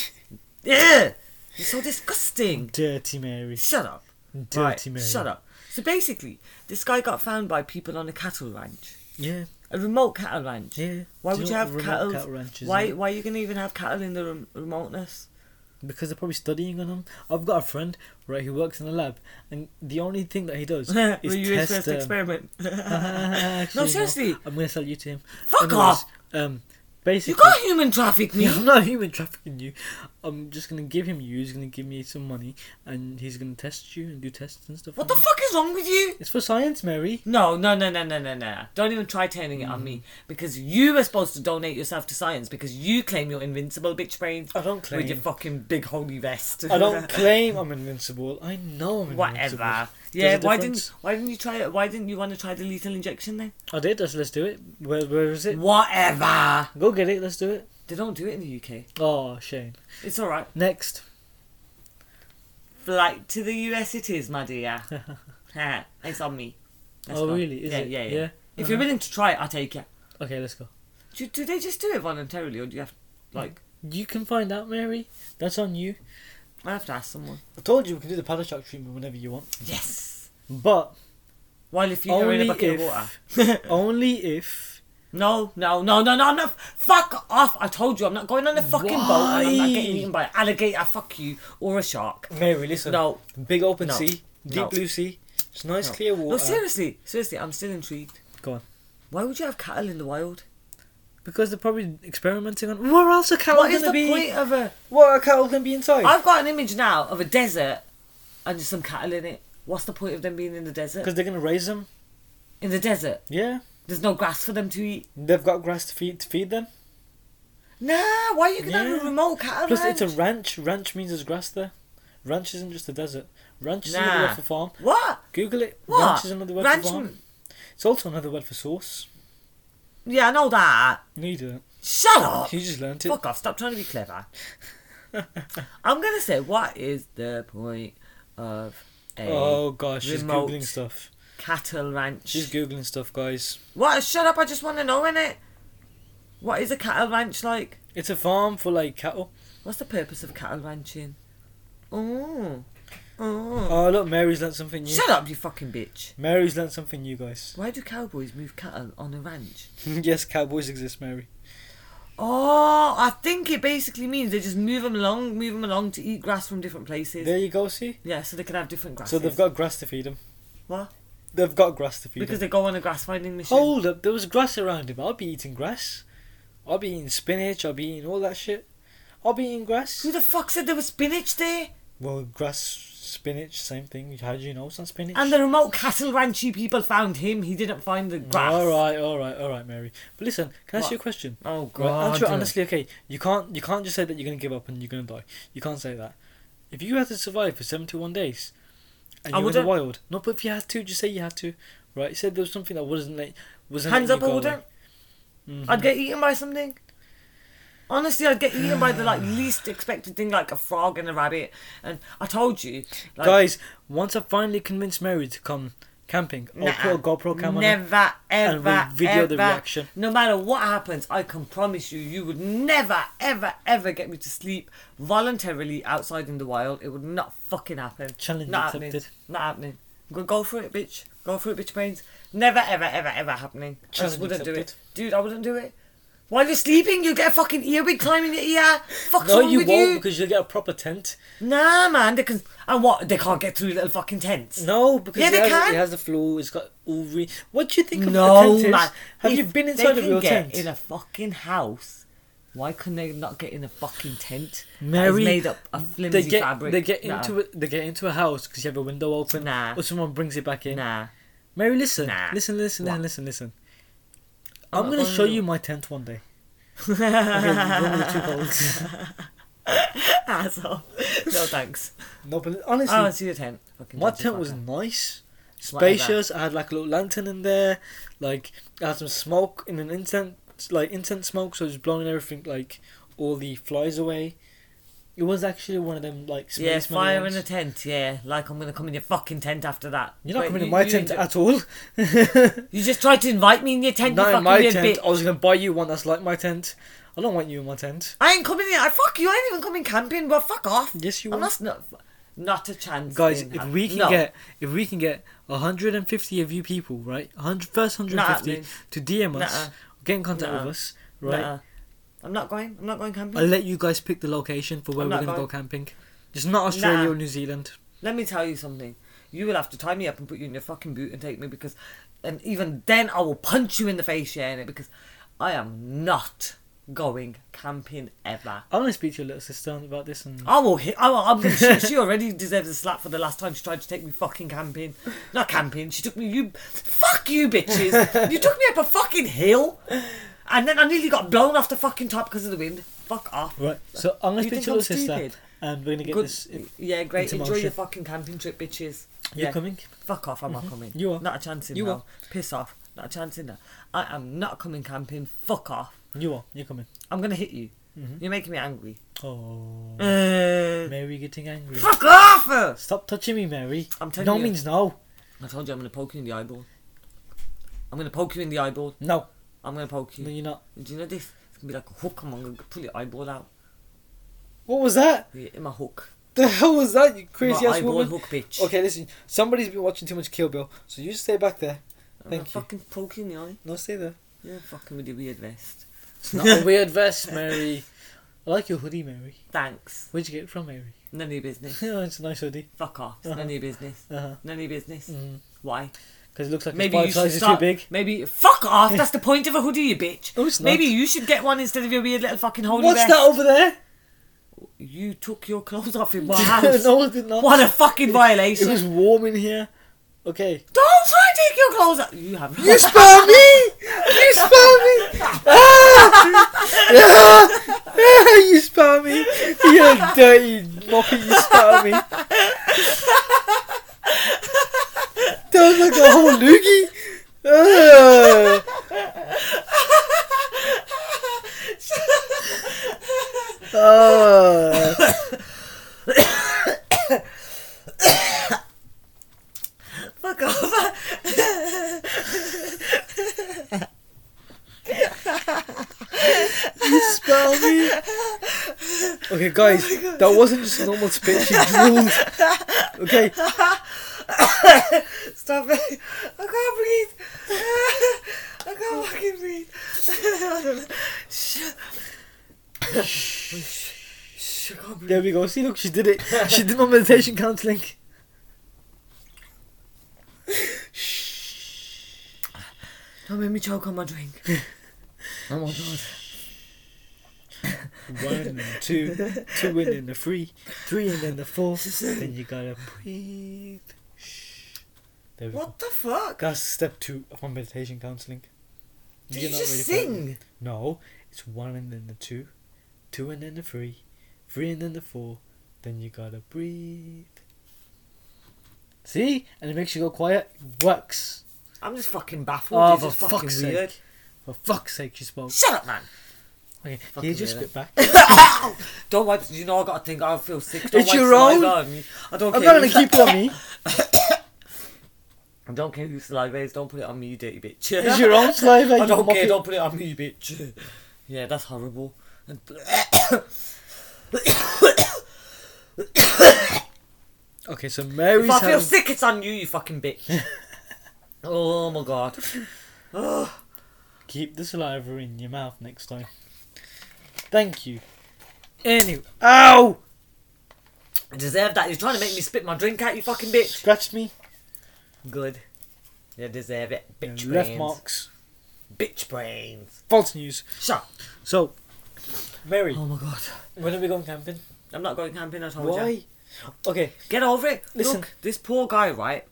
Speaker 1: Ugh, you're so disgusting.
Speaker 2: Dirty Mary.
Speaker 1: Shut up.
Speaker 2: Dirty
Speaker 1: Right,
Speaker 2: Mary.
Speaker 1: shut up. So basically, this guy got found by people on a cattle ranch.
Speaker 2: Yeah.
Speaker 1: A remote cattle ranch.
Speaker 2: Yeah.
Speaker 1: Why
Speaker 2: Do
Speaker 1: would
Speaker 2: know
Speaker 1: you
Speaker 2: what
Speaker 1: have
Speaker 2: remote
Speaker 1: cattle?
Speaker 2: cattle ranches
Speaker 1: why,
Speaker 2: are?
Speaker 1: why are you going to even have cattle in the rem- remoteness?
Speaker 2: because they're probably studying on them. I've got a friend, right, who works in a lab, and the only thing that he does is
Speaker 1: Were you his
Speaker 2: test.
Speaker 1: first
Speaker 2: um,
Speaker 1: experiment?
Speaker 2: actually,
Speaker 1: seriously.
Speaker 2: I'm gonna sell you to him.
Speaker 1: Fuck off.
Speaker 2: Um,
Speaker 1: you
Speaker 2: basically,
Speaker 1: can't human traffic me.
Speaker 2: I'm not human trafficking you. I'm just gonna give him you. He's gonna give me some money, and he's gonna test you and do tests and stuff.
Speaker 1: What the
Speaker 2: on you.
Speaker 1: fuck is wrong with you?
Speaker 2: It's for science, Mary.
Speaker 1: No, no, no, no, no, no, no. Don't even try turning
Speaker 2: Mm.
Speaker 1: it on me because you were supposed to donate yourself to science because you claim you're invincible, bitch brains.
Speaker 2: I don't
Speaker 1: With your
Speaker 2: claim.
Speaker 1: fucking big holy vest.
Speaker 2: I don't claim I'm invincible. I know I'm invincible.
Speaker 1: Whatever. Yeah.
Speaker 2: There's a
Speaker 1: Why
Speaker 2: difference.
Speaker 1: didn't Why didn't you try it? Why didn't you want to try the lethal injection then?
Speaker 2: I did. Let's, let's do it. Where, where is it?
Speaker 1: Whatever.
Speaker 2: Go get it. Let's do it.
Speaker 1: They don't do it in the UK.
Speaker 2: Oh, Shane.
Speaker 1: It's all right.
Speaker 2: Next.
Speaker 1: Flight to the US it is, my dear. Heh, it's on me. That's
Speaker 2: oh,
Speaker 1: fine.
Speaker 2: really? Is
Speaker 1: yeah,
Speaker 2: it? Uh-huh.
Speaker 1: Yeah, yeah, If you're willing to try it, I take it.
Speaker 2: Okay, let's go.
Speaker 1: Do, do they just do it voluntarily, or do you have like?
Speaker 2: You can find out, Mary. That's on you.
Speaker 1: I have to ask someone.
Speaker 2: I told you we can do the paddle shock treatment whenever you want.
Speaker 1: Yes.
Speaker 2: But
Speaker 1: While if you were in
Speaker 2: Only
Speaker 1: a bucket of water.
Speaker 2: if, only if.
Speaker 1: No, no, no, no, no, I'm not. Fuck off. I told you, I'm not going on a fucking boat and I'm not getting
Speaker 2: Why?
Speaker 1: eaten by an alligator, fuck you, or a shark.
Speaker 2: Mary, listen.
Speaker 1: No.
Speaker 2: Big open
Speaker 1: No.
Speaker 2: sea, deep
Speaker 1: No.
Speaker 2: blue sea. It's nice,
Speaker 1: No.
Speaker 2: clear water.
Speaker 1: No, seriously, seriously, I'm still intrigued.
Speaker 2: Go on.
Speaker 1: Why would you have cattle in the wild?
Speaker 2: Because they're probably experimenting on where else are cattle
Speaker 1: What is the
Speaker 2: gonna be?
Speaker 1: point of a.
Speaker 2: What are cattle gonna be inside?
Speaker 1: I've got an image now of a desert and just some cattle in it. What's the point of them being in the desert?
Speaker 2: Because they're gonna raise them.
Speaker 1: In the desert,
Speaker 2: Yeah,
Speaker 1: there's no grass for them to eat.
Speaker 2: they've got grass to feed to feed them.
Speaker 1: Nah, why are you gonna have
Speaker 2: Yeah.
Speaker 1: a remote cattle
Speaker 2: Plus,
Speaker 1: ranch?
Speaker 2: it's a ranch. Ranch means there's grass there. Ranch isn't just a desert. Ranch is another
Speaker 1: Nah.
Speaker 2: word for farm.
Speaker 1: What?
Speaker 2: Google it.
Speaker 1: What?
Speaker 2: Ranch is another word
Speaker 1: Ranch
Speaker 2: for farm. It's also another word for sauce.
Speaker 1: Yeah, I know that.
Speaker 2: No, you didn't.
Speaker 1: Shut up.
Speaker 2: You just learnt it.
Speaker 1: Oh, Fuck off. Stop trying to be clever. I'm gonna say, what is the point of a
Speaker 2: Oh gosh, she's
Speaker 1: Remote.
Speaker 2: googling stuff.
Speaker 1: cattle ranch?
Speaker 2: She's googling stuff, guys.
Speaker 1: What? Shut up. I just want to know, innit? What is a cattle ranch like?
Speaker 2: It's a farm for like cattle.
Speaker 1: What's the purpose of cattle ranching? Oh. Oh.
Speaker 2: Oh look, Mary's learnt something new.
Speaker 1: Shut up, you fucking bitch.
Speaker 2: Mary's learnt something new, guys.
Speaker 1: Why do cowboys move cattle on a ranch?
Speaker 2: yes, cowboys exist, Mary.
Speaker 1: Oh, I think it basically means they just move them along, move them along to eat grass from different places.
Speaker 2: There you go. See,
Speaker 1: yeah, so they can have different grasses.
Speaker 2: so they've got grass to feed them.
Speaker 1: What?
Speaker 2: They've got grass to feed
Speaker 1: Because
Speaker 2: them.
Speaker 1: they go on a grass finding mission.
Speaker 2: Hold up, there was grass around him. I'll be eating grass. I'll be eating spinach. I'll be eating all that shit. I'll be eating grass.
Speaker 1: Who the fuck said there was spinach there?
Speaker 2: Well, grass, spinach, same thing. How do you know it's not spinach?
Speaker 1: And the remote cattle ranchy people found him. He didn't find the grass.
Speaker 2: Mm, All right, all right, all right, Mary. But listen, can I ask you a question?
Speaker 1: Oh
Speaker 2: Right,
Speaker 1: god.
Speaker 2: answer it honestly, okay. You can't, you can't just say that you're gonna give up and you're gonna die. You can't say that. If you had to survive for seventy-one days, and
Speaker 1: I
Speaker 2: you're in the
Speaker 1: wouldn't.
Speaker 2: wild, no, but if you had to, just say you had to. Right? You said there was something that wasn't like wasn't.
Speaker 1: Hands up,
Speaker 2: letting you
Speaker 1: I
Speaker 2: go
Speaker 1: wouldn't.
Speaker 2: away. Mhm.
Speaker 1: I'd get eaten by something. Honestly, I'd get eaten by the like least expected thing, like a frog and a rabbit. And I told you, like,
Speaker 2: Guys, once I finally convince Mary to come camping, I'll
Speaker 1: Nah.
Speaker 2: put a GoPro camera on her.
Speaker 1: Never,
Speaker 2: and
Speaker 1: ever,
Speaker 2: we'll video
Speaker 1: ever.
Speaker 2: the reaction.
Speaker 1: No matter what happens, I can promise you, you would never, ever, ever get me to sleep voluntarily outside in the wild. It would not fucking happen.
Speaker 2: Challenge
Speaker 1: not
Speaker 2: accepted.
Speaker 1: Happening. Not happening. Go, go for it, bitch. Go for it, bitch brains. Never, ever, ever, ever happening. I
Speaker 2: Challenge
Speaker 1: just wouldn't do it,
Speaker 2: accepted.
Speaker 1: dude. I wouldn't do it. While you're sleeping, you get a fucking earwig climbing your ear. Fuck's
Speaker 2: No,
Speaker 1: wrong
Speaker 2: you
Speaker 1: with
Speaker 2: won't
Speaker 1: you?
Speaker 2: because you'll get a proper tent.
Speaker 1: Nah, man. They can. And what? They can't get through little fucking tents.
Speaker 2: No, because
Speaker 1: Yeah,
Speaker 2: it,
Speaker 1: they
Speaker 2: has,
Speaker 1: can.
Speaker 2: it has the floor. It's got all. Re- what do you think of
Speaker 1: No,
Speaker 2: the tent? is?
Speaker 1: man.
Speaker 2: Have
Speaker 1: If
Speaker 2: you been
Speaker 1: they
Speaker 2: inside of
Speaker 1: can
Speaker 2: your
Speaker 1: get
Speaker 2: tent?
Speaker 1: In a fucking house. Why can they not get in a fucking tent? that
Speaker 2: Mary,
Speaker 1: is made up of flimsy
Speaker 2: they get
Speaker 1: fabric.
Speaker 2: they get
Speaker 1: Nah.
Speaker 2: into a, they get into a house because you have a window open,
Speaker 1: Nah.
Speaker 2: or someone brings it back in.
Speaker 1: Nah.
Speaker 2: Mary, listen,
Speaker 1: Nah.
Speaker 2: listen, listen, listen,
Speaker 1: What?
Speaker 2: listen, listen.
Speaker 1: I'm
Speaker 2: I'm
Speaker 1: not
Speaker 2: gonna
Speaker 1: going
Speaker 2: show
Speaker 1: to-
Speaker 2: you my tent one day. Okay, one with the two holes.
Speaker 1: Asshole. No thanks.
Speaker 2: no, but
Speaker 1: I
Speaker 2: honestly,
Speaker 1: want to see the tent. Fucking
Speaker 2: My
Speaker 1: dodgy
Speaker 2: tent was
Speaker 1: fucker.
Speaker 2: nice,
Speaker 1: Whatever.
Speaker 2: spacious. I had like a little lantern in there. Like I had some smoke in an incense, like incense smoke, so it was blowing everything, like all the flies away. It was actually one of them like space
Speaker 1: Yeah, fire in a tent. Yeah, like I'm gonna come in your fucking tent after that.
Speaker 2: You're not
Speaker 1: Wait,
Speaker 2: coming
Speaker 1: you-
Speaker 2: in my
Speaker 1: you
Speaker 2: tent
Speaker 1: ju-
Speaker 2: at all.
Speaker 1: You just tried to invite me in your tent.
Speaker 2: not
Speaker 1: you
Speaker 2: in my
Speaker 1: fucking
Speaker 2: tent.
Speaker 1: weird
Speaker 2: I
Speaker 1: bitch.
Speaker 2: was gonna buy you one that's like my tent. I don't want you in my tent.
Speaker 1: I ain't coming in. I fuck you. I ain't even coming camping. But fuck off.
Speaker 2: Yes, you
Speaker 1: I'm
Speaker 2: want.
Speaker 1: not. Not, not a chance.
Speaker 2: Guys,
Speaker 1: in
Speaker 2: if
Speaker 1: hell.
Speaker 2: we can
Speaker 1: No.
Speaker 2: get if we can get 150 of you people, right, 100, first 150
Speaker 1: happening.
Speaker 2: to DM us,
Speaker 1: Nuh-uh.
Speaker 2: get in contact
Speaker 1: Nuh-uh.
Speaker 2: with us, right?
Speaker 1: Nuh-uh. I'm not going. I'm not going camping.
Speaker 2: I'll let you guys pick the location for where
Speaker 1: I'm
Speaker 2: we're
Speaker 1: not
Speaker 2: gonna go
Speaker 1: going.
Speaker 2: camping. Just not Australia
Speaker 1: Nah.
Speaker 2: or New Zealand.
Speaker 1: Let me tell you something. You will have to tie me up and put you in your fucking boot and take me because, and even then I will punch you in the face, yeah, innit? Because I am not going camping ever.
Speaker 2: I want to speak to your little sister about this, and
Speaker 1: I will hit. I will, I'm gonna, she, she already deserves a slap for the last time she tried to take me fucking camping. Not camping. She took me. You fuck you, bitches. you took me up a fucking hill, and then I nearly got blown off the fucking top because of the wind. Fuck off.
Speaker 2: right. So I'm gonna
Speaker 1: You
Speaker 2: speak
Speaker 1: think
Speaker 2: to
Speaker 1: I'm
Speaker 2: your little
Speaker 1: stupid?
Speaker 2: sister, and we're gonna get
Speaker 1: Good.
Speaker 2: this. You're
Speaker 1: yeah, great.
Speaker 2: into
Speaker 1: Enjoy
Speaker 2: motion.
Speaker 1: your fucking camping trip, bitches. yeah.
Speaker 2: coming? Mm-hmm.
Speaker 1: Fuck off, I'm not coming.
Speaker 2: You are.
Speaker 1: Not a chance in
Speaker 2: You
Speaker 1: hell.
Speaker 2: are.
Speaker 1: Piss off. Not a chance in hell. I am not coming camping. Fuck off.
Speaker 2: You are. You're coming.
Speaker 1: I'm going to hit you.
Speaker 2: Mm-hmm.
Speaker 1: You're making me angry.
Speaker 2: Oh,
Speaker 1: Uh,
Speaker 2: Mary getting angry.
Speaker 1: fuck off!
Speaker 2: Stop touching me, Mary.
Speaker 1: I'm telling
Speaker 2: no
Speaker 1: you.
Speaker 2: means no.
Speaker 1: I told you I'm going to poke you in the eyeball. I'm going to poke you in the eyeball.
Speaker 2: No,
Speaker 1: I'm going to poke you.
Speaker 2: no, you're not.
Speaker 1: Do you know this? It's going to be like a hook. I'm going to pull your eyeball out.
Speaker 2: What was that?
Speaker 1: Yeah, in my hook.
Speaker 2: the hell was that, you crazy
Speaker 1: My
Speaker 2: ass
Speaker 1: eyeball
Speaker 2: woman?
Speaker 1: hook, bitch.
Speaker 2: Okay, listen. Somebody's been watching too much Kill Bill, so you stay back there.
Speaker 1: I'm
Speaker 2: thank
Speaker 1: not
Speaker 2: you.
Speaker 1: fucking poking the eye.
Speaker 2: No, stay there.
Speaker 1: You're fucking with your weird vest.
Speaker 2: It's not a weird vest, Mary. I like your hoodie, Mary.
Speaker 1: Thanks.
Speaker 2: Where'd you get it from, Mary?
Speaker 1: None of your business.
Speaker 2: oh, it's a nice hoodie.
Speaker 1: Fuck off. It's None of your business.
Speaker 2: Uh huh.
Speaker 1: None of your business.
Speaker 2: Mhm.
Speaker 1: Why?
Speaker 2: Because it looks like
Speaker 1: Maybe
Speaker 2: it's
Speaker 1: you should
Speaker 2: five sizes
Speaker 1: start.
Speaker 2: too big.
Speaker 1: Maybe fuck off. That's the point of a hoodie, you bitch.
Speaker 2: No, it's not.
Speaker 1: Maybe you should get one instead of your weird little fucking holy
Speaker 2: What's
Speaker 1: vest.
Speaker 2: that over there?
Speaker 1: You took your clothes off in my house.
Speaker 2: no, I did not.
Speaker 1: What a fucking
Speaker 2: It
Speaker 1: violation!
Speaker 2: was warm in here. Okay.
Speaker 1: Don't try to take your clothes off. You have.
Speaker 2: You spell me! You spell me! Ah! Ah! Ah! You spell me! You dirty moppy, you spell me! That was like a whole loogie! Ah! Ah.
Speaker 1: Fuck off.
Speaker 2: You spell me! Okay, guys, that wasn't just a normal spit, she drooled. Okay,
Speaker 1: Stop it. I can't breathe. I can't fucking breathe. I don't know. Shh. Shh. I can't breathe.
Speaker 2: there we go. See, look, she did it. She did my meditation counseling.
Speaker 1: Don't make me choke on my drink. oh my god.
Speaker 2: One, two, two, and then the three, three, and then the four. Then you gotta breathe. Shh. There we go.
Speaker 3: What the fuck?
Speaker 2: That's step two of my meditation counseling.
Speaker 3: Did
Speaker 2: You're
Speaker 3: you
Speaker 2: not
Speaker 3: just
Speaker 2: ready for it.
Speaker 3: sing?
Speaker 2: No, it's one and then the two, two and then the three, three and then the four. Then you gotta breathe. See, and it makes you go quiet. It works.
Speaker 3: I'm just fucking baffled.
Speaker 2: Oh,
Speaker 3: You're
Speaker 2: for
Speaker 3: just fucking
Speaker 2: fuck's
Speaker 3: weird.
Speaker 2: sake! For fuck's sake, you spoke.
Speaker 1: Shut up, man.
Speaker 2: Okay,
Speaker 1: Fucking
Speaker 2: you just
Speaker 1: weirdo.
Speaker 2: spit back.
Speaker 1: Don't want. You know I got to think. I feel sick. Don't
Speaker 2: It's
Speaker 1: want
Speaker 2: your
Speaker 1: saliva
Speaker 2: own.
Speaker 1: on me. I don't
Speaker 2: I'm
Speaker 1: care.
Speaker 2: not gonna
Speaker 1: who's-
Speaker 2: keep it on me.
Speaker 1: I don't care who saliva is. Don't put it on me, you dirty bitch.
Speaker 2: It's your own saliva.
Speaker 1: I
Speaker 2: you
Speaker 1: don't care.
Speaker 2: muppet.
Speaker 1: Don't put it on me, you bitch. Yeah, that's horrible. And-
Speaker 2: Okay, so Mary's
Speaker 1: If I feel
Speaker 2: having-
Speaker 1: sick, it's on you, you fucking bitch. oh my god.
Speaker 2: keep the saliva in your mouth next time. Thank you. Anyway, ow!
Speaker 1: I deserve that. You're trying to make me spit my drink out, you fucking bitch.
Speaker 2: Scratched me.
Speaker 1: Good. You deserve it. Bitch brains.
Speaker 2: Yeah, left marks.
Speaker 1: Bitch brains.
Speaker 2: False news.
Speaker 1: Shut up.
Speaker 2: So, Mary,
Speaker 1: Oh my god.
Speaker 2: when are we going camping?
Speaker 1: I'm not going camping, I told you.
Speaker 2: Why? Okay,
Speaker 1: Get over it.
Speaker 2: Listen.
Speaker 1: Look, this poor guy, right?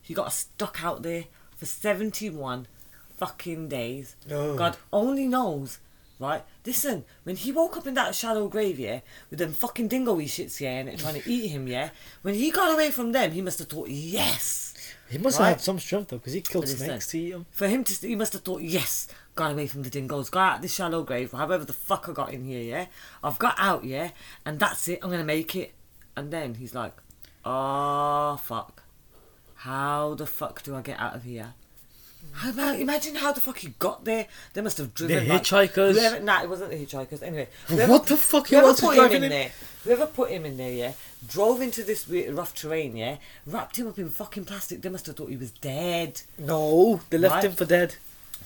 Speaker 1: He got stuck out there for 71 fucking days.
Speaker 2: No.
Speaker 1: God only knows, right? Listen, when he woke up in that shallow grave, yeah, with them fucking dingoey shits, yeah, and it trying to eat him, yeah, when he got away from them, he must have thought, yes.
Speaker 2: he must
Speaker 1: Right.
Speaker 2: have had some strength though, because he killed
Speaker 1: What is
Speaker 2: snakes
Speaker 1: that?
Speaker 2: to eat 'em.
Speaker 1: For him to, he must have thought, yes, got away from the dingoes, got out this shallow grave, however the fuck I got in here, yeah? I've got out, yeah? And that's it, I'm gonna make it. And then he's like, oh, fuck. How the fuck do I get out of here? How about, imagine how the fuck he got there. They must have driven like-
Speaker 2: hitchhikers.
Speaker 1: Whoever, nah, it wasn't the hitchhikers. Anyway,
Speaker 2: What the fuck? Who
Speaker 1: Whoever
Speaker 2: else is
Speaker 1: put him
Speaker 2: driving
Speaker 1: in
Speaker 2: in?
Speaker 1: there? Whoever put him in there, yeah, drove into this weird, rough terrain, yeah, wrapped him up in fucking plastic. They must have thought he was dead
Speaker 2: No, they left
Speaker 1: Right.
Speaker 2: him for dead.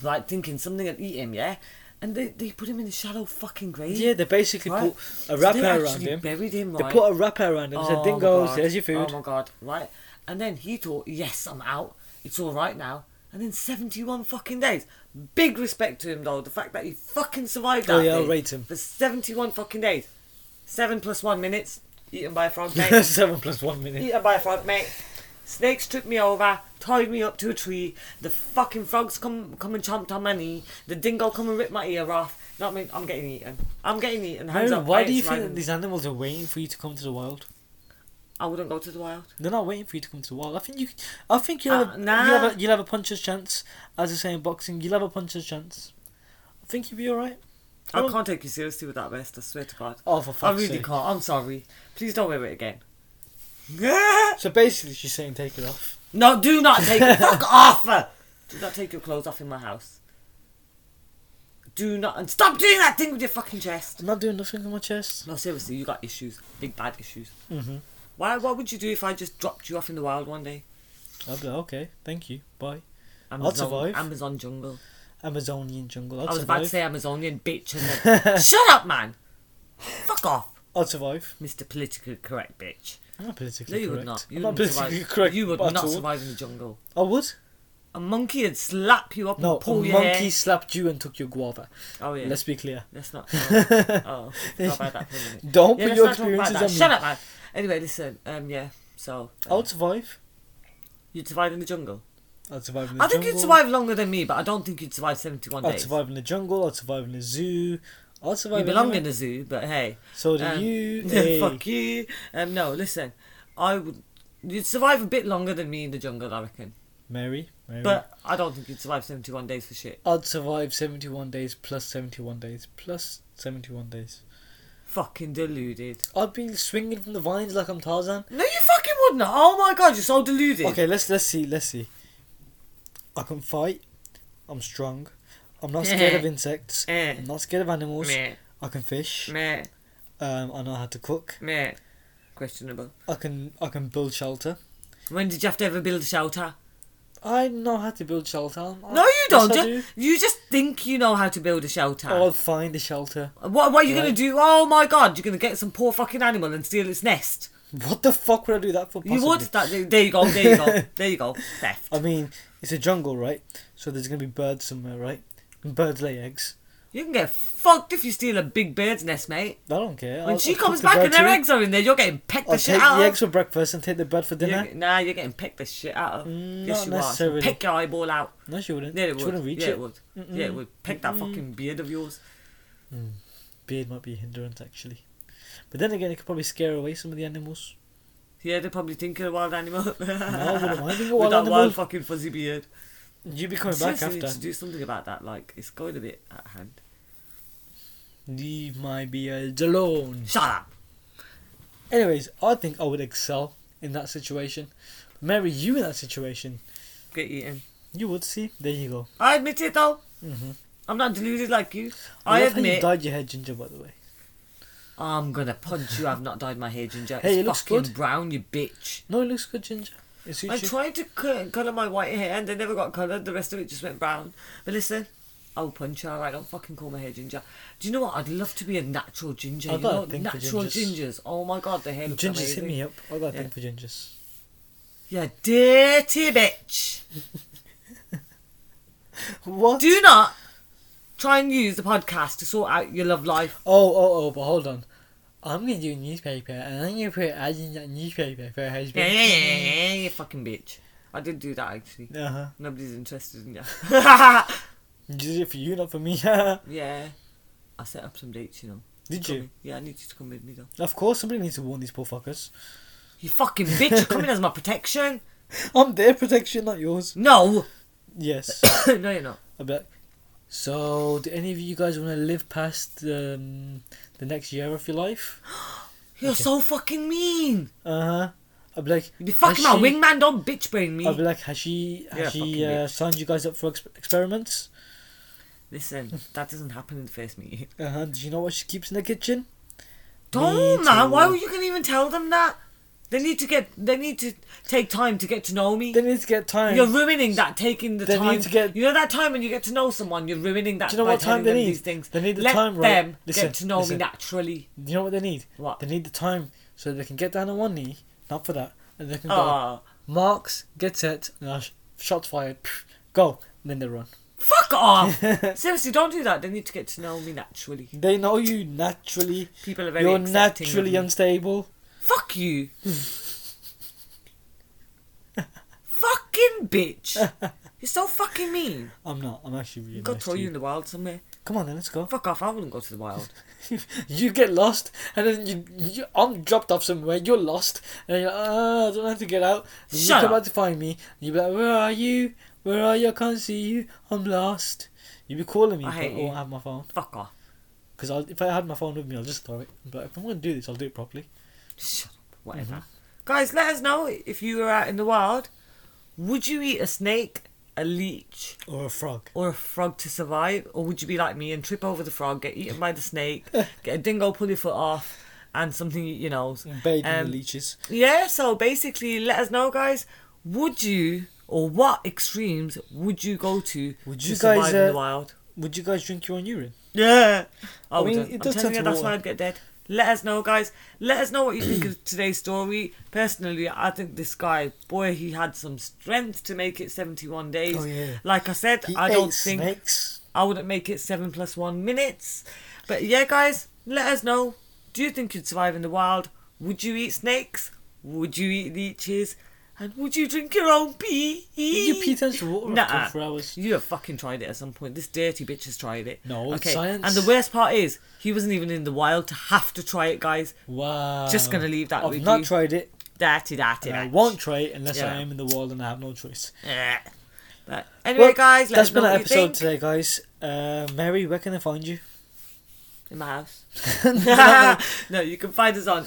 Speaker 1: like thinking something would eat him, yeah? And they, they put him in a shallow fucking grave.
Speaker 2: Yeah, they basically
Speaker 1: right?
Speaker 2: put a
Speaker 1: So they
Speaker 2: wrapper around
Speaker 1: actually
Speaker 2: him.
Speaker 1: Buried him,
Speaker 2: They
Speaker 1: right? Oh,
Speaker 2: put a wrapper around him. and
Speaker 1: my
Speaker 2: said, "Dingoes,
Speaker 1: God.
Speaker 2: there's your food."
Speaker 1: Oh my god, right? And then he thought, yes, I'm out. It's all right now. And then 71 fucking days. Big respect to him, though. The fact that he fucking survived
Speaker 2: Oh,
Speaker 1: that
Speaker 2: yeah, I'll
Speaker 1: thing
Speaker 2: rate him.
Speaker 1: For 71 fucking days. 7 plus 1 minutes. Eaten by a frog, mate.
Speaker 2: Seven plus one minute.
Speaker 1: Eaten by a frog, mate. Snakes tripped me over, tied me up to a tree. The fucking frogs come come and chomped on my knee. The dingo come and ripped my ear off. You know what I mean? I'm getting eaten. I'm getting eaten. Hands
Speaker 2: Mary,
Speaker 1: up,
Speaker 2: why
Speaker 1: I
Speaker 2: do
Speaker 1: ain't
Speaker 2: you think that
Speaker 1: surviving.
Speaker 2: these animals are waiting for you to come to the wild?
Speaker 1: I wouldn't go to the wild.
Speaker 2: They're not waiting for you to come to the wild. I think you, I think you'll have,
Speaker 1: Uh,
Speaker 2: a,
Speaker 1: nah.
Speaker 2: you'll have a you'll have a puncher's chance. As I say in boxing, you'll have a puncher's chance. I think you'll be all right.
Speaker 1: I
Speaker 2: Well-
Speaker 1: can't take you seriously with that vest. I swear to God.
Speaker 2: Oh, for fuck's
Speaker 1: I really
Speaker 2: sake!
Speaker 1: can't. I'm sorry. Please don't wear it again.
Speaker 2: So basically, she's saying take it off.
Speaker 1: no, do not take it. Fuck off. Do not take your clothes off in my house. Do not and stop doing that thing with your fucking chest.
Speaker 2: I'm not doing nothing on my chest.
Speaker 1: No, seriously, you got issues, big bad issues.
Speaker 2: Mm-hmm.
Speaker 1: Why? What would you do if I just dropped you off in the wild one day?
Speaker 2: I'll be like, okay, thank you, bye.
Speaker 1: Amazon,
Speaker 2: survive.
Speaker 1: Amazon jungle.
Speaker 2: Amazonian jungle. I'll
Speaker 1: I was
Speaker 2: survive.
Speaker 1: about to say Amazonian bitch, and then, shut up, man. Fuck off,
Speaker 2: I'll survive.
Speaker 1: Mr. Politically Correct bitch.
Speaker 2: I'm not politically
Speaker 1: No, you would
Speaker 2: correct.
Speaker 1: not. You
Speaker 2: I'm
Speaker 1: would
Speaker 2: not politically
Speaker 1: survive.
Speaker 2: correct.
Speaker 1: You would
Speaker 2: at
Speaker 1: not
Speaker 2: all.
Speaker 1: survive in the jungle.
Speaker 2: I would.
Speaker 1: A monkey would slap you up
Speaker 2: No,
Speaker 1: and pull
Speaker 2: a
Speaker 1: your
Speaker 2: monkey
Speaker 1: hair.
Speaker 2: slapped you and took your guava.
Speaker 1: Oh yeah.
Speaker 2: Let's be clear.
Speaker 1: Let's not. Oh, oh forgot about that. for a minute.
Speaker 2: Don't
Speaker 1: Yeah,
Speaker 2: put
Speaker 1: let's
Speaker 2: your
Speaker 1: not talk about
Speaker 2: experiences on
Speaker 1: that.
Speaker 2: me.
Speaker 1: Shut up, man. Anyway, listen. Um, yeah. So uh,
Speaker 2: I'll survive.
Speaker 1: you'd survive in the jungle.
Speaker 2: I'll survive in the
Speaker 1: I think
Speaker 2: jungle.
Speaker 1: you'd survive longer than me, but I don't think you'd survive seventy-one
Speaker 2: I'll
Speaker 1: days.
Speaker 2: survive in the jungle. I'll survive in the zoo. I'll survive.
Speaker 1: You belong
Speaker 2: anywhere.
Speaker 1: in a zoo, but hey.
Speaker 2: So do
Speaker 1: Um,
Speaker 2: you. Hey.
Speaker 1: Fuck you. Um, no, listen. I would. You'd survive a bit longer than me in the jungle, I reckon.
Speaker 2: Mary. Mary.
Speaker 1: But I don't think you'd survive 71 days for shit.
Speaker 2: I'd survive 71 days plus 71 days plus 71 days.
Speaker 1: Fucking deluded.
Speaker 2: I'd be swinging from the vines like I'm Tarzan.
Speaker 1: No, you fucking wouldn't. Oh my god, you're so deluded.
Speaker 2: Okay, let's let's see, let's see. I can fight. I'm strong. I'm not scared of insects.
Speaker 1: Eh.
Speaker 2: I'm not scared of animals.
Speaker 1: Meh,
Speaker 2: I can fish.
Speaker 1: meh,
Speaker 2: Um, I know how to cook.
Speaker 1: meh. Questionable.
Speaker 2: I can I can build shelter.
Speaker 1: When did you have to ever build a shelter?
Speaker 2: I know how to build shelter. I-
Speaker 1: No, you
Speaker 2: Uh, yes,
Speaker 1: don't.
Speaker 2: I
Speaker 1: Ju-
Speaker 2: do. Oh,
Speaker 1: You just think you know how to build a shelter.
Speaker 2: I'll find a shelter.
Speaker 1: What, what are you going
Speaker 2: Right.
Speaker 1: to do? Oh my god, you're going to get some poor fucking animal and steal its nest.
Speaker 2: What the fuck would I do that for? Possibly?
Speaker 1: You would. That, there you go, there you go, there you go. Theft.
Speaker 2: I mean, it's a jungle, right? So there's gonna be birds somewhere, right? And birds lay eggs.
Speaker 1: You can get fucked if you steal a big bird's nest, mate.
Speaker 2: I don't care.
Speaker 1: When
Speaker 2: I'll-
Speaker 1: she
Speaker 2: I'll cook
Speaker 1: comes
Speaker 2: the
Speaker 1: back
Speaker 2: bird
Speaker 1: and her
Speaker 2: too.
Speaker 1: eggs are in there, you're getting pecked
Speaker 2: I'll
Speaker 1: the shit
Speaker 2: take
Speaker 1: out
Speaker 2: the
Speaker 1: of.
Speaker 2: eggs for breakfast and take the bread for dinner.
Speaker 1: You're- nah, you're getting pecked the shit out of. yes,
Speaker 2: Mm, not
Speaker 1: you are. She'll
Speaker 2: necessarily.
Speaker 1: Peck your eyeball out.
Speaker 2: No, she wouldn't.
Speaker 1: Yeah, it
Speaker 2: she
Speaker 1: would.
Speaker 2: wouldn't reach
Speaker 1: yeah,
Speaker 2: it.
Speaker 1: it would. Yeah, it would. Peck that fucking beard of yours.
Speaker 2: Beard might be a hindrance actually, but then again, it could probably scare away some of the animals.
Speaker 1: Yeah, they're probably thinking a wild animal. no,
Speaker 2: I wouldn't mind being a
Speaker 1: With
Speaker 2: wild
Speaker 1: that
Speaker 2: animal.
Speaker 1: wild fucking fuzzy beard.
Speaker 2: You'd be coming back
Speaker 1: Seriously, we need
Speaker 2: after.
Speaker 1: to do something about that. Like, it's going a bit at hand.
Speaker 2: Leave my beard alone.
Speaker 1: Shut up.
Speaker 2: Anyways, I think I would excel in that situation. Mary, you in that situation,
Speaker 1: Get eaten.
Speaker 2: you would see. There you go.
Speaker 1: I admit it though.
Speaker 2: Mhm.
Speaker 1: I'm not deluded like you.
Speaker 2: I,
Speaker 1: I
Speaker 2: love how you
Speaker 1: admit.
Speaker 2: dyed your hair ginger, by the way.
Speaker 1: I'm gonna punch you. I've not dyed my hair ginger.
Speaker 2: Hey,
Speaker 1: it's
Speaker 2: it looks
Speaker 1: fucking
Speaker 2: good.
Speaker 1: brown, you bitch.
Speaker 2: No, it looks good ginger. It suits
Speaker 1: I
Speaker 2: you.
Speaker 1: tried to colour, colour my white hair and they never got coloured. The rest of it just went brown. But listen, I'll punch her. I don't fucking call my hair ginger. Do you know what? I'd love to be a natural ginger.
Speaker 2: I've
Speaker 1: you
Speaker 2: got a
Speaker 1: know,
Speaker 2: thing for
Speaker 1: natural
Speaker 2: gingers.
Speaker 1: gingers. Oh my god, the hair looks
Speaker 2: Gingers
Speaker 1: amazing.
Speaker 2: hit me up. I got a
Speaker 1: Yeah.
Speaker 2: thing for gingers.
Speaker 1: Yeah, dirty bitch.
Speaker 2: What?
Speaker 1: Do not try and use the podcast to sort out your love life.
Speaker 2: Oh, oh, oh, but hold on. I'm gonna do a newspaper and I'm gonna put ads in that newspaper for a
Speaker 1: Yeah,
Speaker 2: husband.
Speaker 1: yeah, yeah, yeah, yeah, you fucking bitch. I did do that actually.
Speaker 2: Uh huh.
Speaker 1: Nobody's interested in that.
Speaker 2: You did it for you, not for me. Did
Speaker 1: yeah. I set up some dates, you know.
Speaker 2: you?
Speaker 1: Come- Yeah, I need you to come with me though.
Speaker 2: Of course, somebody needs to warn these poor fuckers.
Speaker 1: You fucking bitch, you're coming as my protection.
Speaker 2: I'm their protection, not yours.
Speaker 1: No.
Speaker 2: Yes.
Speaker 1: no, you're not.
Speaker 2: I'll be like, so, do any of you guys want to live past um, the next year of your life?
Speaker 1: You're
Speaker 2: Okay.
Speaker 1: so fucking mean.
Speaker 2: Uh huh. I'll be like,
Speaker 1: You fucking my
Speaker 2: "Has she-"
Speaker 1: wingman, don't bitch brain
Speaker 2: I'll be
Speaker 1: me.
Speaker 2: like, has she, has
Speaker 1: Yeah,
Speaker 2: she
Speaker 1: fucking
Speaker 2: uh,
Speaker 1: bitch.
Speaker 2: signed you guys up for ex- experiments?
Speaker 1: Listen, that doesn't happen in the first meeting.
Speaker 2: Uh huh. Do you know what she keeps in the kitchen?
Speaker 1: Don't man, why
Speaker 2: too.
Speaker 1: were you gonna even tell them that? They need to get they need to take time to get to know me.
Speaker 2: They need to get time.
Speaker 1: You're ruining that taking the
Speaker 2: They
Speaker 1: time.
Speaker 2: need to get-
Speaker 1: You know that time when you get to know someone, you're ruining that
Speaker 2: Do you know
Speaker 1: by
Speaker 2: what
Speaker 1: telling
Speaker 2: time they
Speaker 1: them
Speaker 2: need?
Speaker 1: these things.
Speaker 2: They need the
Speaker 1: Let
Speaker 2: time, right?
Speaker 1: them
Speaker 2: Listen,
Speaker 1: get to know
Speaker 2: listen.
Speaker 1: me naturally.
Speaker 2: You know what they need?
Speaker 1: What?
Speaker 2: They need the time so they can get down on one knee, not for that, and they can go,
Speaker 1: Ah,
Speaker 2: marks, get set, and uh, sh- shots fired, pff, go, and then they run.
Speaker 1: fuck off! Seriously, don't do that. They need to get to know me naturally.
Speaker 2: They know you naturally.
Speaker 1: People are very
Speaker 2: You're
Speaker 1: accepting of
Speaker 2: naturally
Speaker 1: me.
Speaker 2: unstable.
Speaker 1: Fuck you. fucking bitch. You're so fucking mean.
Speaker 2: I'm not. I'm actually really
Speaker 1: I've got
Speaker 2: nice
Speaker 1: to throw
Speaker 2: to
Speaker 1: you
Speaker 2: you.
Speaker 1: in the wild somewhere.
Speaker 2: Come on, then let's go.
Speaker 1: Fuck off, I wouldn't go to the wild.
Speaker 2: You get lost, and then you, you I'm dropped off somewhere. You're lost, and you're like, ah, I don't know how to get out. Then
Speaker 1: Shut
Speaker 2: you come
Speaker 1: up.
Speaker 2: out to find me. And you be like, where are you? Where are you? I can't see you. I'm lost. You be calling me,
Speaker 1: I
Speaker 2: but I
Speaker 1: hate you.
Speaker 2: won't have my phone.
Speaker 1: Fuck off.
Speaker 2: Because if I had my phone with me, I'll just throw it. But if I'm going to do this, I'll do it properly.
Speaker 1: Shut up. Mm-hmm. Whatever. Guys, let us know if you were out in the wild. Would you eat a snake, a leech
Speaker 2: Or a frog.
Speaker 1: or a frog to survive? Or would you be like me and trip over the frog, get eaten by the snake, get a dingo pull your foot off, and something eat your nose?
Speaker 2: Bathed in
Speaker 1: Um,
Speaker 2: the leeches.
Speaker 1: Yeah, so basically, let us know, guys. Would you or what extremes would you go to
Speaker 2: Would
Speaker 1: to
Speaker 2: you
Speaker 1: survive
Speaker 2: guys,
Speaker 1: in the
Speaker 2: uh,
Speaker 1: wild?
Speaker 2: Would you guys drink your own urine?
Speaker 1: Yeah. I,
Speaker 2: I mean,
Speaker 1: wouldn't.
Speaker 2: it
Speaker 1: I'm
Speaker 2: does
Speaker 1: telling
Speaker 2: turn
Speaker 1: you,
Speaker 2: to
Speaker 1: that's why
Speaker 2: water.
Speaker 1: I'd get dead. Let us know, guys. Let us know what you think of today's story. Personally, I think this guy, boy, he had some strength to make it 71 days.
Speaker 2: Oh, yeah.
Speaker 1: Like I said,
Speaker 2: He
Speaker 1: I
Speaker 2: ate
Speaker 1: don't think
Speaker 2: snakes.
Speaker 1: I wouldn't make it seven plus one minutes. But yeah, guys, let us know. Do you think you'd survive in the wild? Would you eat snakes? Would you eat leeches? And would you drink your own pee?
Speaker 2: Your pee turns to water after
Speaker 1: Nah,
Speaker 2: four hours.
Speaker 1: you have fucking tried it at some point. This dirty bitch has tried it.
Speaker 2: No, it's science.
Speaker 1: And the worst part is, he wasn't even in the wild to have to try it, guys.
Speaker 2: Wow.
Speaker 1: Just gonna leave that
Speaker 2: I've
Speaker 1: with
Speaker 2: not
Speaker 1: you.
Speaker 2: tried it.
Speaker 1: Dirty, dirty.
Speaker 2: And I
Speaker 1: bitch.
Speaker 2: won't try it unless
Speaker 1: Yeah.
Speaker 2: I am in the world and I have no choice.
Speaker 1: Eh. But anyway, guys, let
Speaker 2: that's
Speaker 1: us know
Speaker 2: been
Speaker 1: what
Speaker 2: our
Speaker 1: you
Speaker 2: episode
Speaker 1: think.
Speaker 2: today, guys. Uh, Mary, where can I find you?
Speaker 1: in my house. no, you can find us on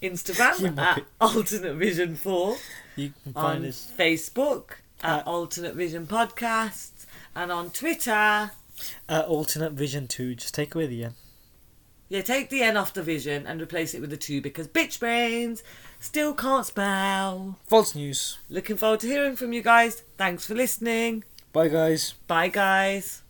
Speaker 2: You
Speaker 1: Instagram at
Speaker 2: muppet.
Speaker 1: Alternate Vision 4,
Speaker 2: You can find
Speaker 1: on
Speaker 2: us
Speaker 1: Facebook
Speaker 2: At-
Speaker 1: at Alternate Vision Podcasts, and on Twitter.
Speaker 2: at Alternate Vision 2. Just take away the uh, end.
Speaker 1: Yeah, take the N off the vision and replace it with a 2 because bitch brains still can't spell.
Speaker 2: False news.
Speaker 1: Looking forward to hearing from you guys. Thanks for listening.
Speaker 2: Bye, guys.
Speaker 1: Bye, guys.